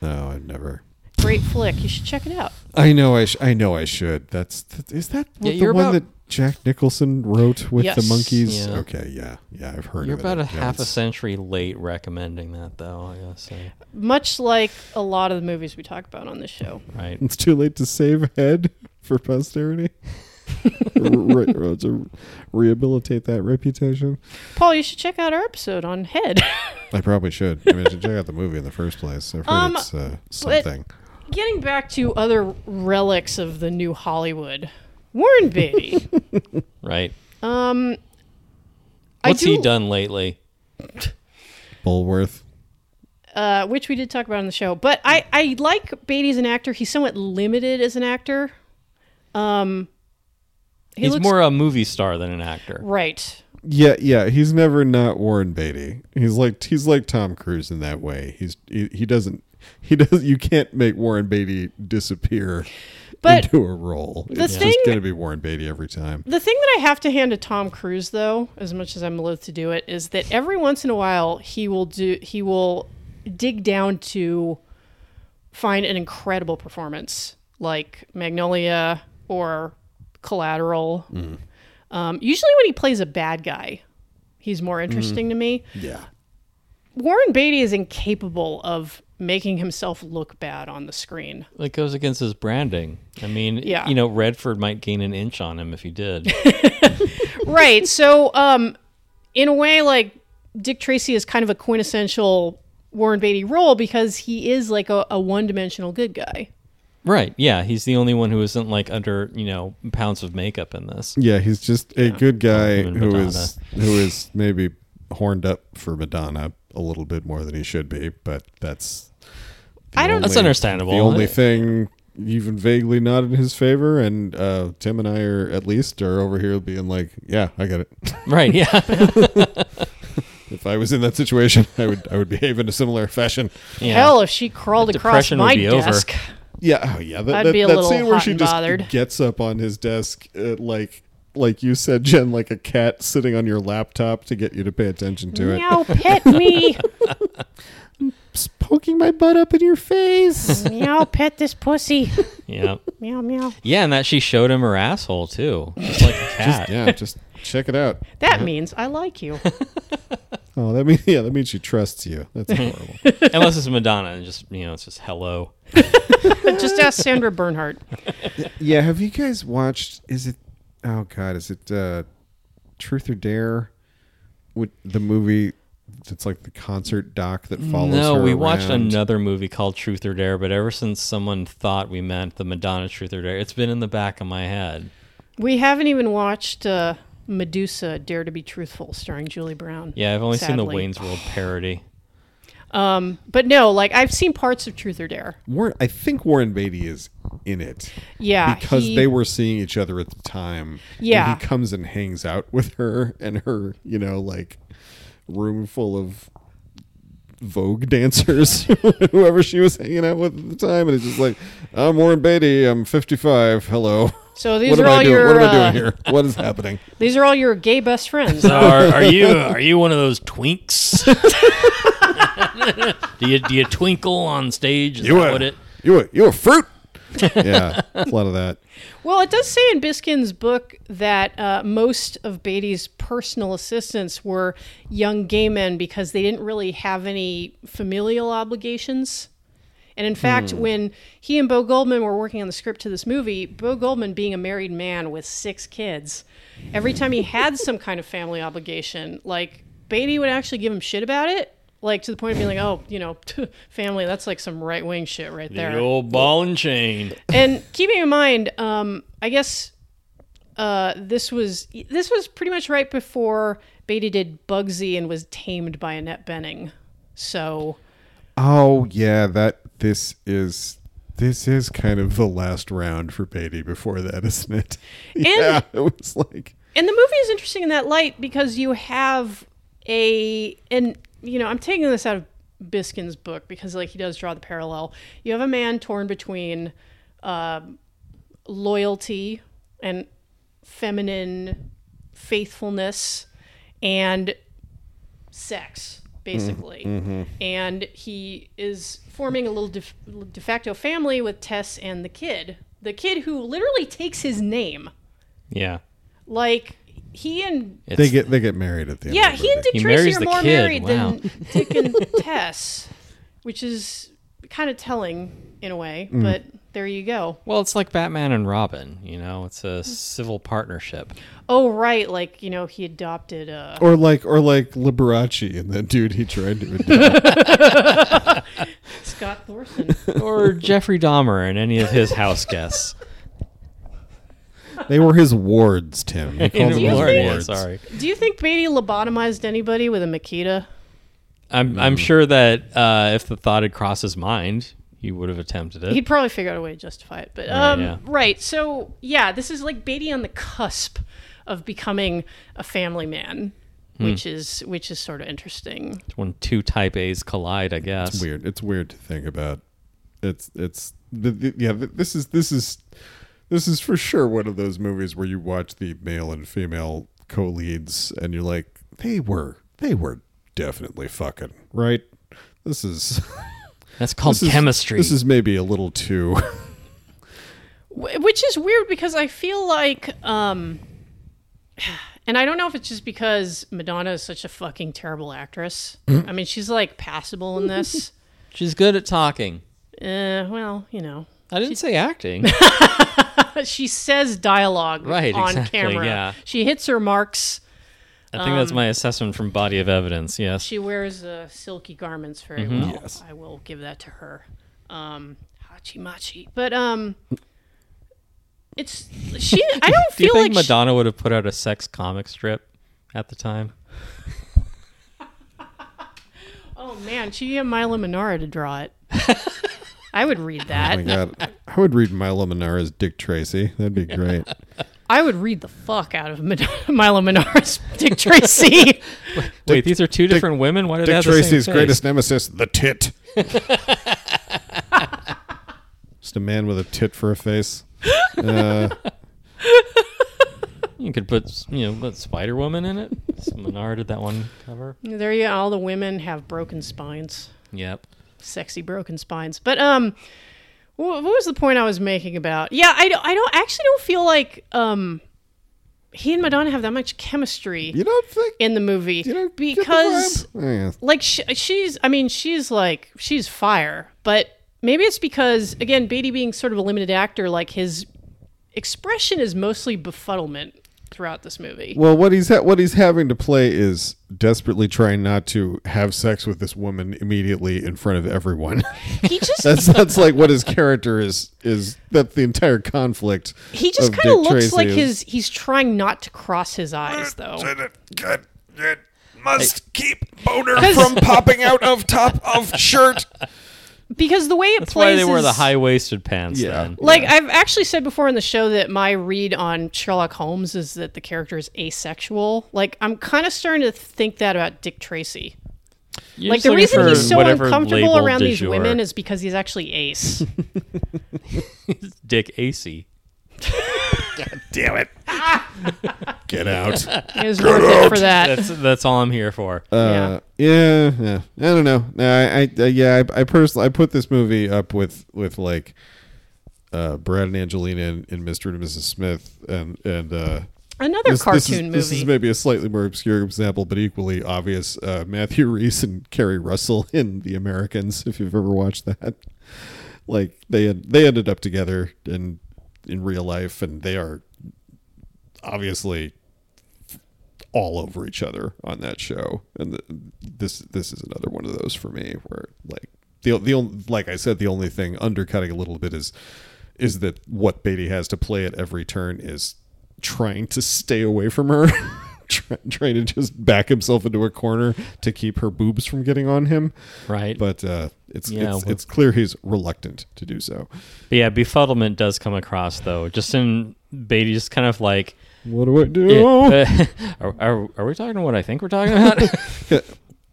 No, I've never. Great flick. You should check it out. I know. I sh- I know. I should. That's th- is that Yeah, the you're one about- that Jack Nicholson wrote with the Yes. monkeys? Yeah. Okay. Yeah. Yeah. I've heard. you're of about it. a Yeah, half a it's- century late recommending that, though. I gotta say. Much like a lot of the movies we talk about on this show. Right. It's too late to save head for posterity. Re- re- to rehabilitate that reputation. Paul, you should check out our episode on Head. I probably should. I mean, I should check out the movie in the first place. I've heard Um, it's uh, something. Getting back to other relics of the new Hollywood, Warren Beatty. um, Right. I What's he do- done lately? Bulworth. uh, which we did talk about on the show. But I, I like Beatty as an actor. He's somewhat limited as an actor. Um, he He's looks more a movie star than an actor. right. Yeah, yeah, he's never not Warren Beatty. He's like he's like Tom Cruise in that way. He's he, he doesn't he does you can't make Warren Beatty disappear But into a role. the it's thing- just going to be Warren Beatty every time. The thing that I have to hand to Tom Cruise, though, as much as I'm loath to do it, is that every once in a while he will do he will dig down to find an incredible performance, like Magnolia or Collateral. Um, usually, when he plays a bad guy, he's more interesting to me. Yeah. Warren Beatty is incapable of making himself look bad on the screen. It goes against his branding. I mean, Yeah. you know, Redford might gain an inch on him if he did. right. So, um, in a way, like Dick Tracy is kind of a quintessential Warren Beatty role because he is like a, a one-dimensional good guy. right. Yeah. He's the only one who isn't like under, you know, pounds of makeup in this. Yeah, he's just a good guy Even who Madonna. is who is maybe horned up for Madonna a little bit more than he should be, but that's the I don't- That's understandable. The only thing even vaguely not in his favor, and uh, Tim and I are at least are over here being like, yeah, I get it. Right. Yeah. if I was in that situation, I would I would behave in a similar fashion. yeah. Hell, if she crawled The across depression would my be over. desk, Yeah, oh yeah. That, I'd that, be a that little scene where hot she and just bothered. gets up on his desk, uh, like like you said, Jen, like a cat sitting on your laptop to get you to pay attention to it. meow, pet me, Just poking my butt up in your face. meow, pet this pussy, Yeah. meow, meow. Yeah. And that she showed him her asshole too. Just like a cat. yeah, just check it out. That means I like you. Oh, that means yeah, that means she trusts you. That's horrible. Unless it's Madonna and just, you know, it's just hello. Just ask Sandra Bernhardt. Yeah, have you guys watched? Is it? Oh God, is it uh, Truth or Dare? With the movie, it's like the concert doc that follows. No, her we watched around. another movie called Truth or Dare, but ever since someone thought we meant the Madonna Truth or Dare, it's been in the back of my head. We haven't even watched uh, Medusa: Dare to Be Truthful, starring Julie Brown. Yeah, I've only seen the Sadly. Um, Wayne's World parody. But no, like I've seen parts of Truth or Dare. Warren, I think Warren Beatty is in it Yeah, because Uh, he- they were seeing each other at the time. and Yeah. he comes and hangs out with her and her, you know, like room full of Vogue dancers, whoever she was hanging out with at the time, and it's just like, I'm Warren Beatty. I'm 55. Hello. So these what are am all I doing? your what am I uh, doing here? What is happening? These are all your gay best friends. are, are you are you one of those twinks? do you do you twinkle on stage? Is You that a, what it? you a, you a fruit? yeah, a lot of that. well, it does say in Biskin's book that uh, most of Beatty's personal assistants were young gay men because they didn't really have any familial obligations. And in fact, when he and Bo Goldman were working on the script to this movie, Bo Goldman, being a married man with six kids, every time he had some kind of family obligation, like Beatty would actually give him shit about it, like to the point of being like, "Oh, you know, family, that's like some right wing shit right there." The old ball and chain. and keeping in mind, um, I guess uh, this was this was pretty much right before Beatty did Bugsy and was tamed by Annette Benning. So Oh yeah, that this is this is kind of the last round for Beatty before that, isn't it? yeah, it was like and the movie is interesting in that light because you have a and you know i'm taking this out of biskin's book because like he does draw the parallel you have a man torn between um loyalty and feminine faithfulness and sex basically and he is forming a little de, de facto family with tess and the kid the kid who literally takes his name Yeah, like he and it's, they get they get married at the end. yeah, of he and Dick He Tracy marries are the more kid, married wow. than Dick and Tess, which is kind of telling in a way. But there you go. Well, it's like Batman and Robin. You know, it's a civil partnership. Oh right, like you know he adopted uh, Or like or like Liberace and that dude he tried to adopt. Scott Thorson. Or Jeffrey Dahmer and any of his house guests. they were his wards, Tim. He called them his Lord, yeah, wards. sorry. Do you think Beatty lobotomized anybody with a Makita? I'm Mm. I'm sure that uh, if the thought had crossed his mind, he would have attempted it. He'd probably figure out a way to justify it. But um, yeah. right, so yeah, this is like Beatty on the cusp of becoming a family man, Hmm. which is which is sort of interesting. It's when two type A's collide, I guess. It's weird. It's weird to think about. It's it's the, the, yeah. th- This is this is this is for sure one of those movies where you watch the male and female co-leads and you're like, they were they were definitely fucking right. This is That's called this is- chemistry. This is maybe a little too. Wh- which is weird because I feel like, um, and I don't know if it's just because Madonna is such a fucking terrible actress. Mm-hmm. I mean, she's like passable in this. She's good at talking. uh, well, you know, I didn't say acting. she says dialogue Right, on exactly, camera. yeah. She hits her marks. I think that's my assessment from body of evidence. Yes. Um, She wears uh, silky garments very Mm-hmm. well. I will give that to her. Um, hachi machi, but um, it's she. I don't Do you feel think like she- Madonna would have put out a sex comic strip at the time? Oh man, she get Milo Minara to draw it. I would read Oh that. my god, I would read Milo Minara's Dick Tracy. That'd be great. I would read the fuck out of Min- Milo Minara's Dick Tracy. Wait, these are two different women. Why did they Dick have the same Tracy's face? greatest nemesis, the tit. Just a man with a tit for a face. You could put, you know, put Spider Woman in it. Menard did that one cover. there you go. All the women have broken spines, Yep. sexy broken spines. But um, wh- what was the point I was making about? Yeah, I don't. I don't actually don't feel like um, he and Madonna have that much chemistry You don't think? in the movie you don't get the because. vibe? Oh, Yeah. like sh she's i mean she's like she's fire but maybe it's because again beatty being sort of a limited actor like his expression is mostly befuddlement throughout this movie Well, what he's ha- what he's having to play is desperately trying not to have sex with this woman immediately in front of everyone. he just that's that's like what his character is is. That's the entire conflict. he just of kind of Dick looks Tracy like is- his he's trying not to cross his eyes though Good. It must keep boner from popping out of top of shirt. because the way it That's plays why they wear the is- high waisted pants Yeah. then. like I've actually said before on the show that my read on Sherlock Holmes is that the character is asexual. Like I'm kind of starting to think that about Dick Tracy. You're like just the looking reason for he's so whatever uncomfortable label around du these jour. women is because he's actually ace. Dick Acey. Damn it. Get out. It was worth it for that. That's that's all I'm here for. Uh, yeah, yeah. I don't know. No, I, I uh, yeah, I, I personally I put this movie up with with like uh, Brad and Angelina and, and Mr. and Mrs. Smith and and uh, Another cartoon this is, movie. This is maybe a slightly more obscure example, but equally obvious. Uh, Matthew Reese and Carrie Russell in The Americans. If you've ever watched that, like they had, they ended up together in in real life, and they are obviously all over each other on that show. And the, this this is another one of those for me where like the the only, like I said the only thing undercutting a little bit is is that what Beatty has to play at every turn is trying to stay away from her. Try, trying to just back himself into a corner to keep her boobs from getting on him Right. but uh it's Yeah, it's, well- it's clear he's reluctant to do so But yeah, befuddlement does come across though. Just in Beatty just kind of like what do i do uh, are, are, are we talking what I think we're talking about?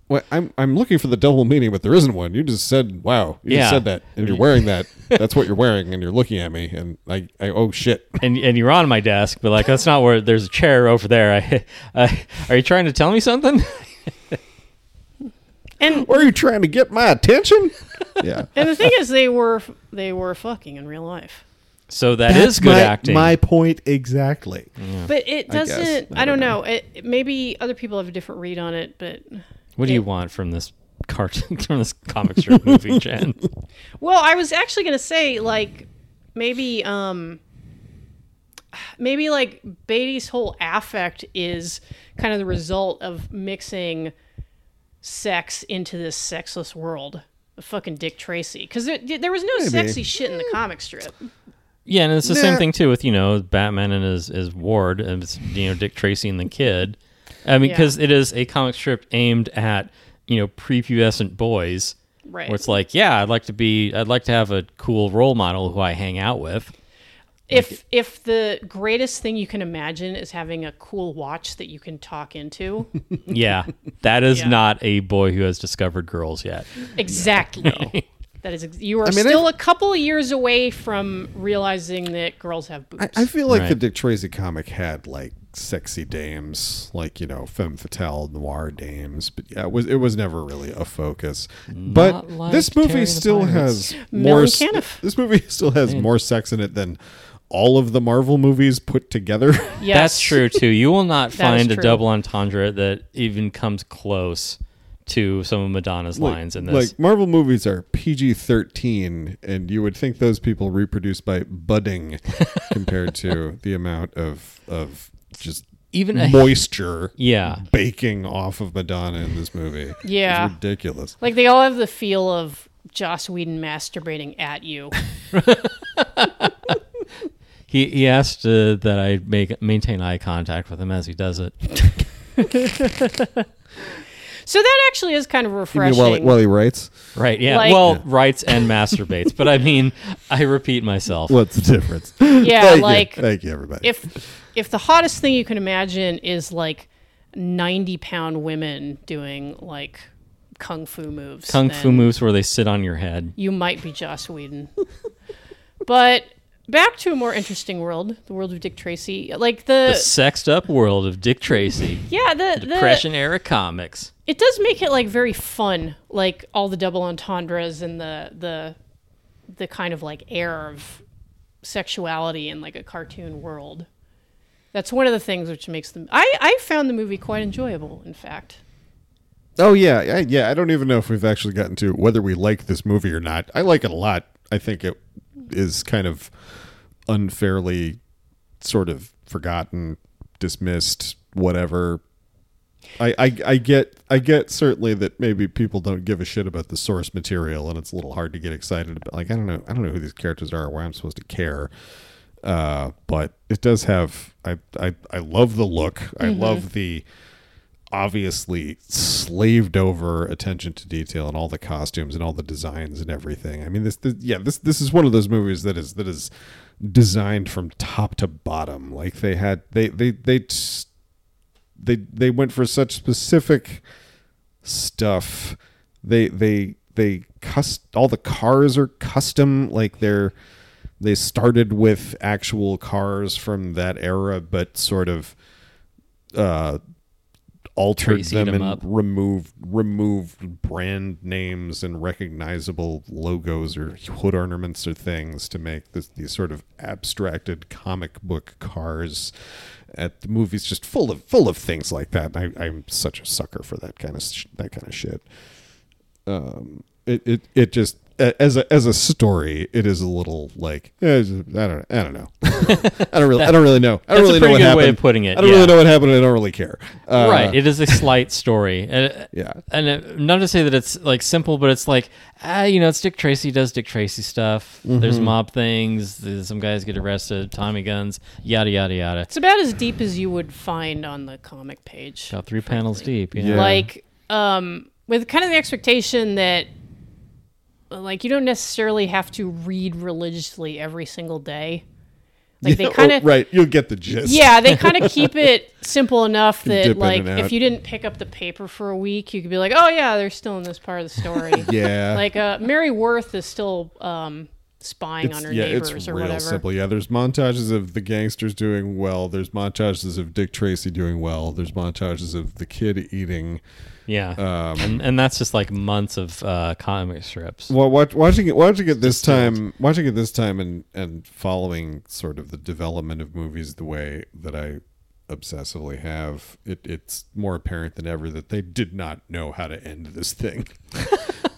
Well, I'm I'm looking for the double meaning, but there isn't one. You just said, "Wow," you Yeah. just said that, and you're wearing that. That's what you're wearing, and you're looking at me, and I, I oh shit. and and you're on my desk, but like that's not where there's a chair over there. I, I are you trying to tell me something? and Were you trying to get my attention? Yeah, and the thing is, they were they were fucking in real life. So that is good acting. point exactly. But it I guess. doesn't. I, I don't don't know. It, it- maybe other people have a different read on it. But what do you want from this cartoon from this comic strip movie, Jen? well, I was actually gonna say like maybe um maybe like Beatty's whole affect is kind of the result of mixing sex into this sexless world. of Fucking Dick Tracy, because there, there was no sexy shit in the comic strip. Yeah, and it's the Nah. same thing too with you know Batman and his his ward, and it's you know Dick Tracy and the kid. I mean, Yeah. because it is a comic strip aimed at you know prepubescent boys, Right. where it's like, yeah, I'd like to be, I'd like to have a cool role model who I hang out with. if if the greatest thing you can imagine is having a cool watch that you can talk into, Yeah, that is Yeah. not a boy who has discovered girls yet. exactly. That is, ex- you are I mean, still a couple of years away from realizing that girls have boobs. I, I feel like the Right. Dick Tracy comic had like sexy dames, like you know, femme fatale noir dames, but yeah, it was it was never really a focus. but Not like this Terry movie the still Pirates. has Mel more. and s- Caniff. This movie still Mm. has more sex in it than all of the Marvel movies put together. Yes. That's true too. You will not That is find a true. double entendre that even comes close to some of Madonna's lines in this. Like Marvel movies are PG thirteen, and you would think those people reproduce by budding compared to the amount of of just even a moisture. yeah, baking off of Madonna in this movie. Yeah. It's ridiculous. Like they all have the feel of Joss Whedon masturbating at you. he he asked uh, that I make maintain eye contact with him as he does it. So that actually is kind of refreshing. while, he, while he writes? Right? Yeah. Like- well, writes and masturbates, but I mean, I repeat myself. What's the difference? yeah, Thank like you. Thank you, everybody. if if the hottest thing you can imagine is like 90 pound women doing like kung fu moves Kung fu then moves where they sit on your head. you might be joss whedon but back to a more interesting world the world of dick tracy like The the, sexed up world of Dick Tracy, yeah the, the Depression era comics. it does make it like very fun like all the double entendres and the the the kind of like air of sexuality in like a cartoon world that's one of the things which makes them i i found the movie quite enjoyable in fact oh, yeah. I, yeah. I don't even know if we've actually gotten to whether we like this movie or not. I like it a lot. I think it is kind of unfairly sort of forgotten, dismissed, whatever. I, I, I get I get certainly that maybe people don't give a shit about the source material and it's a little hard to get excited about like I don't know I don't know who these characters are or why I'm supposed to care. Uh, but it does have I I, I love the look. I love the obviously slaved over attention to detail and all the costumes and all the designs and everything. I mean this, this yeah, this this is one of those movies that is that is designed from top to bottom. Like they had they they they t- they they went for such specific stuff. They they they cust all the cars are custom like they're they started with actual cars from that era but sort of uh altered Tracy'd them them and up. removed removed brand names and recognizable logos or hood ornaments or things to make this, these sort of abstracted comic book cars at the movies just full of full of things like that and I, i'm such a sucker for that kind of sh- that kind of shit um, it, it it just a- as a as a story, it is a little like eh, it's- I don't I don't know I don't really I don't really know I don't That's a really know pretty what good happened. way of putting it, I don't yeah. really know what happened. and I don't really care. Uh, right. It is a slight story. And, Yeah. And uh not to say that it's like simple, but it's like, ah, you know, it's Dick Tracy does Dick Tracy stuff. There's Mm-hmm. mob things. there's Some guys get arrested. Tommy guns. Yada yada yada. it's about as deep as you would find on the comic page About three panels deep. You know? Oh, Yeah. like um with kind of the expectation that like you don't necessarily have to read religiously every single day like they Yeah, kind of Oh, right. You'll get the gist. Yeah, they kind of keep it simple enough dip that in like and out. if you didn't pick up the paper for a week, you could be like, oh yeah, they're still in this part of the story. yeah. Like uh, Mary Worth is still um, spying It's- on her yeah, neighbors it's or real whatever. simple. Yeah, there's montages of the gangsters doing well. There's montages of Dick Tracy doing well. There's montages of the kid eating. Yeah. Um, and, and that's just like months of uh, comic strips. Well, watch, watching it, watching it this time, watching it this time, and and following sort of the development of movies the way that I obsessively have, it, it's more apparent than ever that they did not know how to end this thing.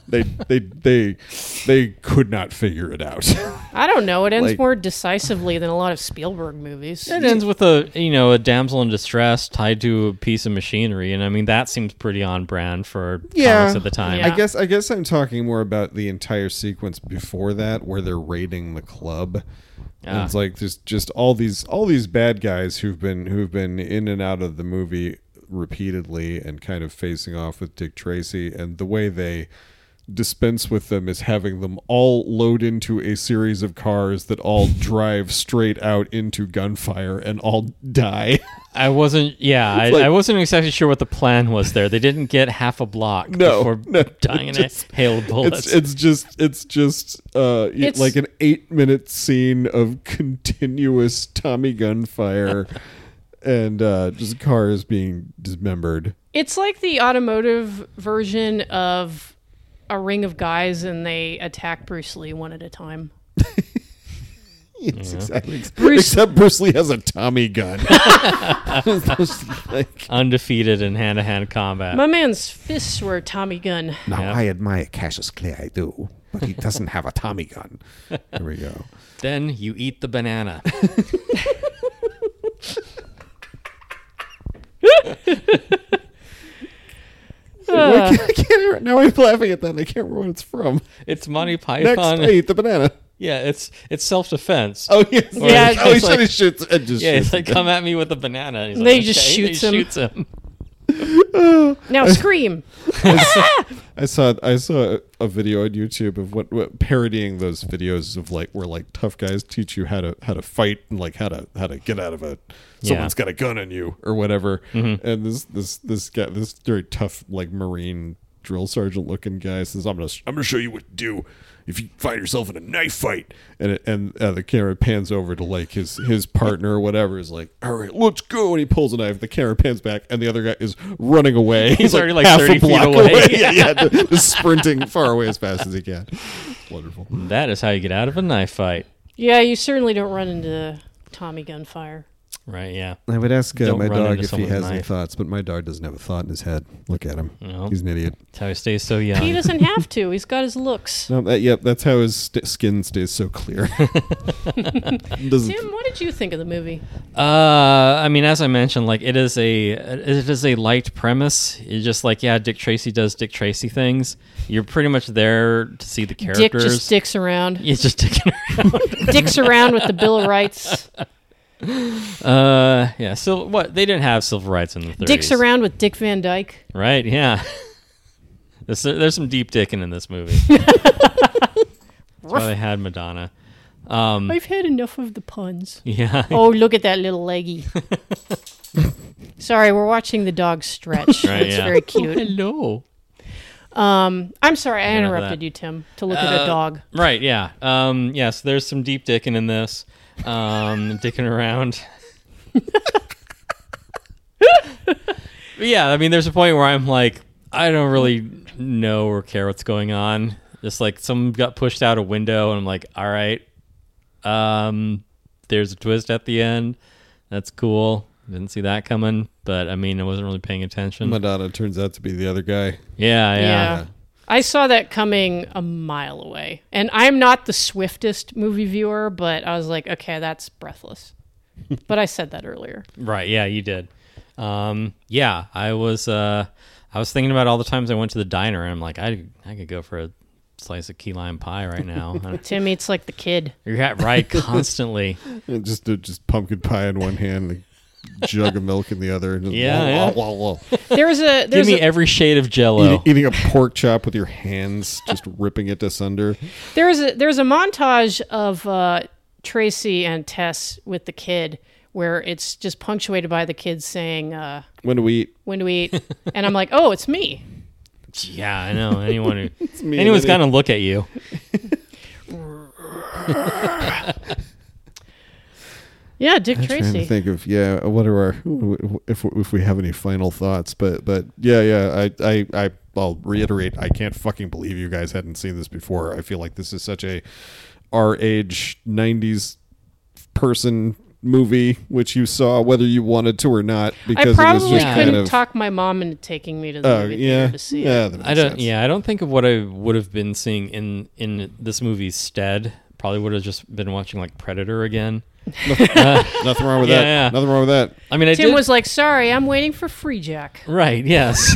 they they they they could not figure it out. I don't know. It ends Like- more decisively than a lot of Spielberg movies. It ends with a you know a damsel in distress tied to a piece of machinery, and I mean that seems pretty on brand for Yeah. comics at the time. Yeah. I guess I guess I'm talking more about the entire sequence before that, where they're raiding the club. And Ah. it's like there's just all these all these bad guys who've been who've been in and out of the movie repeatedly and kind of facing off with Dick Tracy, and the way they dispense with them is having them all load into a series of cars that all drive straight out into gunfire and all die. I wasn't. Yeah, I, like- I wasn't exactly sure what the plan was there. They didn't get half a block No, before no, dying in just- a hail of bullets. It's, it's just it's just uh, y- It's- like an eight minute scene of continuous Tommy gun fire and uh, just cars being dismembered. It's like the automotive version of a ring of guys and they attack Bruce Lee one at a time. Yes, exactly. Bruce- Except Bruce Lee has a Tommy gun. Like- Undefeated in hand to hand combat. My man's fists were a Tommy gun. Now I admire Cassius Clay, I do, but he doesn't have a Tommy gun. there we go. then you eat the banana. Uh. I can't, I can't remember- now I'm laughing at that. and I can't remember what it's from. It's Monty Next, Python. I eat the banana. Yeah, it's it's self defense. Oh yes. Yeah, oh, he it's said he like- shoots. uh, just yeah, shoots it's like the- come at me with a banana. And he's They like, just "Okay," shoots they him. Shoots him. Now scream. I saw I saw a video on YouTube of what, what parodying those videos of like where like tough guys teach you how to how to fight and like how to how to get out of a someone's got a gun on you or whatever. And this this this guy this very tough like marine drill sergeant looking guy says I'm gonna sh- I'm gonna show you what to do if you find yourself in a knife fight. and it, and uh, the camera pans over to like his his partner or whatever is like all right let's go and he pulls a knife the camera pans back and the other guy is running away he's, already, like, 30 feet away. yeah, yeah just- just sprinting far away as fast as he can wonderful That is how you get out of a knife fight, Yeah, you certainly don't run into Tommy gunfire. right? Yeah. I would ask uh, Don't my run dog if into he someone's has any knife. thoughts but my dog doesn't have a thought in his head look at him No. he's an idiot That's how he stays so young. He doesn't have to. He's got his looks. no that yep that's how his st- skin stays so clear doesn't Tim, what did you think of the movie? Uh, I mean, as I mentioned, like it is a it is a light premise. It's just like yeah, Dick Tracy does Dick Tracy things. You're pretty much there to see the Dick characters. just sticks around. It's just dicking around. Dicks around with the Bill of Rights. uh, yeah. So what they didn't have civil rights in the 30s. Dicks around with Dick Van Dyke. right? Yeah. there's, there's some deep dicking in this movie. That's why they had Madonna. Um, I've had enough of the puns. yeah. Oh, look at that little leggy. Sorry, we're watching the dog stretch. Right, it's yeah. very cute. Hello. Um, I'm sorry, I enough of interrupted that. Uh, you, Tim, to look at a dog. Right, yeah. Um, yes, there's some deep dicking in this. Um, dicking around. But yeah, I mean, there's a point where I'm like, I don't really know or care what's going on. Just like someone got pushed out a window, and I'm like, all right, um, there's a twist at the end. That's cool. Didn't see that coming, but I mean, I wasn't really paying attention. Madonna turns out to be the other guy yeah, yeah. I saw that coming a mile away. And I'm not the swiftest movie viewer, but I was like, okay, that's breathless. but I said that earlier. Right. Yeah, you did. Um, yeah, I was. Uh, I was thinking about all the times I went to the diner, and I'm like, I I could go for a slice of key lime pie right now. Tim eats like the kid. You're at right constantly. And just uh, just pumpkin pie in one hand and a jug of milk in the other and just Yeah, yeah. wah, wah, wah, wah. There's a Give there's me a, every shade of Eating, Jello. eating a pork chop with your hands just ripping it asunder there's a there's a montage of uh, Tracy and Tess with the kid where it's just punctuated by the kid saying, uh, when do we eat when do we eat? and I'm like, oh, it's me. Yeah, I know. Anyone who me and anyone's Eddie. gonna look at you. Yeah, Dick trying to Tracy. think of yeah what are our if if we have any final thoughts but but yeah yeah I I I I'll reiterate I can't fucking believe you guys hadn't seen this before I feel like this is such a our age 90s person movie which you saw whether you wanted to or not I because it was probably just Yeah. couldn't kind of talk my mom into taking me to the oh movie yeah theater to see yeah it. that I makes don't. sense. Yeah, I don't think of what I would have been seeing in in this movie's stead. Probably would have just been watching like Predator again. nothing wrong with Yeah, that yeah. nothing wrong with that I mean, I Tim did. was like, sorry, I'm waiting for Free Jack. Right. Yes.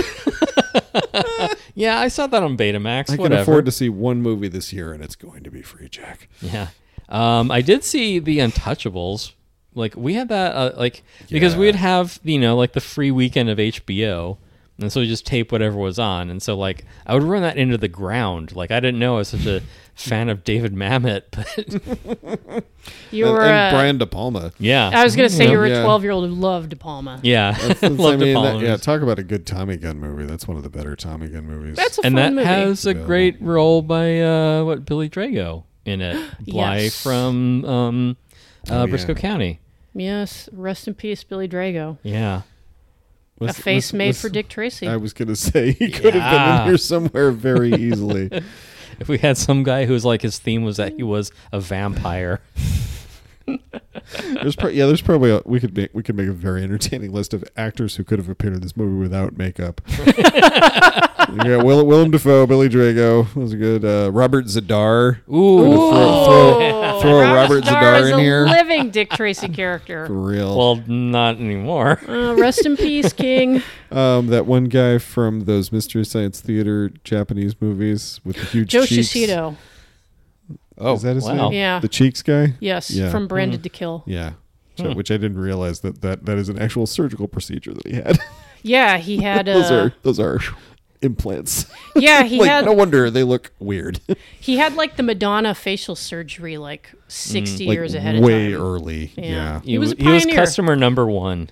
yeah, I saw that on Betamax. I can whatever. afford to see one movie this year and it's going to be Free Jack Yeah. Um, I did see the Untouchables. Like we had that, uh, like because we'd have you know like the free weekend of HBO, And so you just tape whatever was on. And so like I would run that into the ground. Like I didn't know I was such a fan of David Mamet, but You and, were. and uh, Brian De Palma. yeah. I was gonna say you were Yeah. a twelve year old who loved De Palma. yeah. That's- I mean, Love to that- follow yeah, talk about a good Tommy Gun movie. That's one of the better Tommy Gun movies. That's a and fun that movie. has a great role by uh, what Billy Drago in it, Bly Yes. Oh, from um, uh, Briscoe County. yes, rest in peace, Billy Drago. Yeah, A Let's- face let's- made let's- for Dick Tracy. I was gonna say he could have been Yeah. in here somewhere very easily. if we had some guy who was like his theme was that he was a vampire. There's pro- yeah, there's probably a, we could make we could make a very entertaining list of actors who could have appeared in this movie without makeup. yeah, Will, Willem Dafoe, Billy Drago was a good. Uh, Robert Zadar, Ooh. throw- throw a Robert Zadar is in a here. living Dick Tracy character. for real. Well, not anymore. Uh, rest in peace, King. um, that one guy from those Mystery Science Theater Japanese movies with the huge Joe cheeks. Shishido. Oh, is that his wow. name? Yeah. the cheeks guy. Yes, Yeah. Mm-hmm. from Branded to Kill. Yeah. So- Which I didn't realize that, that that is an actual surgical procedure that he had. Yeah, he had those a. are those are implants. Yeah, he like had no wonder they look weird. he had like the Madonna facial surgery like Mm, sixty like years ahead of way time. early. Yeah. Yeah. he was a he was pioneer. customer number one.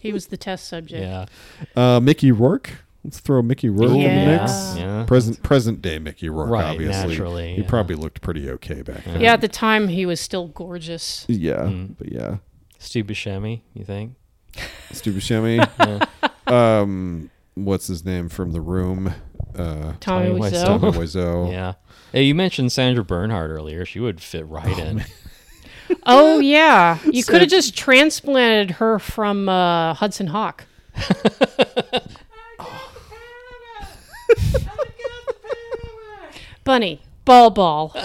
He was the test subject. Yeah, Uh, Mickey Rourke. Let's throw Mickey Rourke in the Yeah. mix. Yeah. Present present day Mickey Rourke, Right, obviously. naturally, He yeah. probably looked pretty okay back then. Hmm. Yeah, at the time he was still gorgeous. Yeah. But yeah. Stu Buscemi. You think? Stu Buscemi. Um what's his name from the room? Uh Tommy Tommy Wiseau. Tommy Wiseau. Yeah. Hey, you mentioned Sandra Bernhardt earlier. She would fit right in. Oh yeah, you could have just transplanted her from uh, Hudson Hawk. Bunny, ball, ball.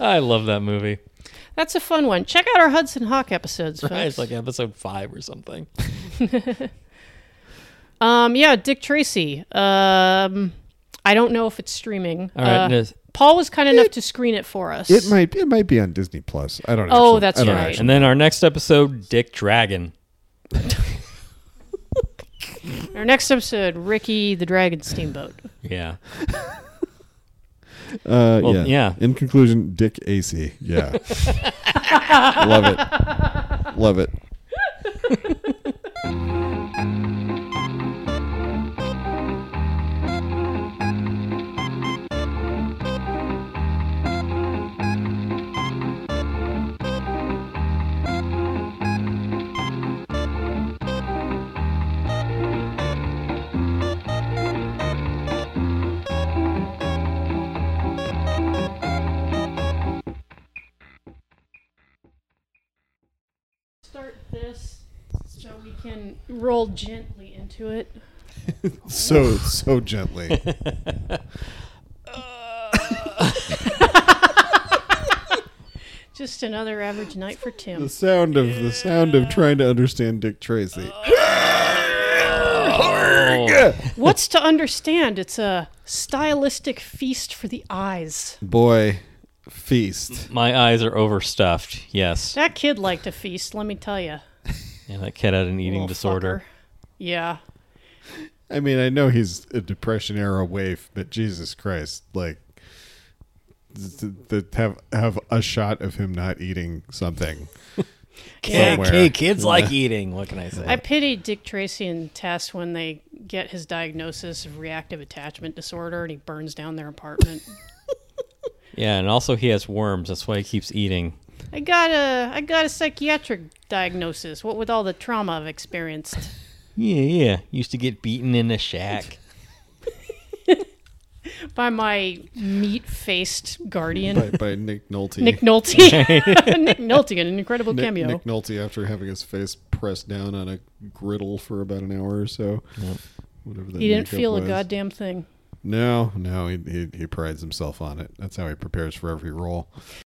I love that movie. That's a fun one. Check out our Hudson Hawk episodes, folks. It's like episode five or something. Um, yeah, Dick Tracy. Um, I don't know if it's streaming. All right, Uh, Liz. Paul was kind enough to screen it for us. It might it might be on Disney Plus. I don't know. Oh, that's I don't right. actually- And then our next episode, Dick Dragon. Our next episode, Ricky the Dragon Steamboat. Yeah. Uh, Well, yeah. yeah. In conclusion, Dick AC. Yeah. Love it. Love it. Start this so we can roll gently into it. So so gently. Just another average night for Tim. The sound of the sound of trying to understand Dick Tracy. Oh, What's to understand? It's a stylistic feast for the eyes. Boy, feast. My eyes are overstuffed. Yes. That kid liked a feast, let me tell you. Yeah, that kid had an eating disorder. Yeah. I mean, I know he's a Depression era waif, but Jesus Christ, like th- th- have have a shot of him not eating something. Yeah, Somewhere. kid- kids like eating. What can I say? I pity Dick Tracy and Tess when they get his diagnosis of reactive attachment disorder and he burns down their apartment. yeah, and also he has worms. That's why he keeps eating. I got a I got a psychiatric diagnosis. What with all the trauma I've experienced. Yeah, yeah. Used to get beaten in a shack. by my meat-faced guardian, by, by Nick Nolte. Nick Nolte. Nick Nolte in an incredible Nick, cameo. Nick Nolte after having his face pressed down on a griddle for about an hour or so. Whatever that he didn't makeup feel was. a goddamn thing. No, no, he, he he prides himself on it. That's how he prepares for every role.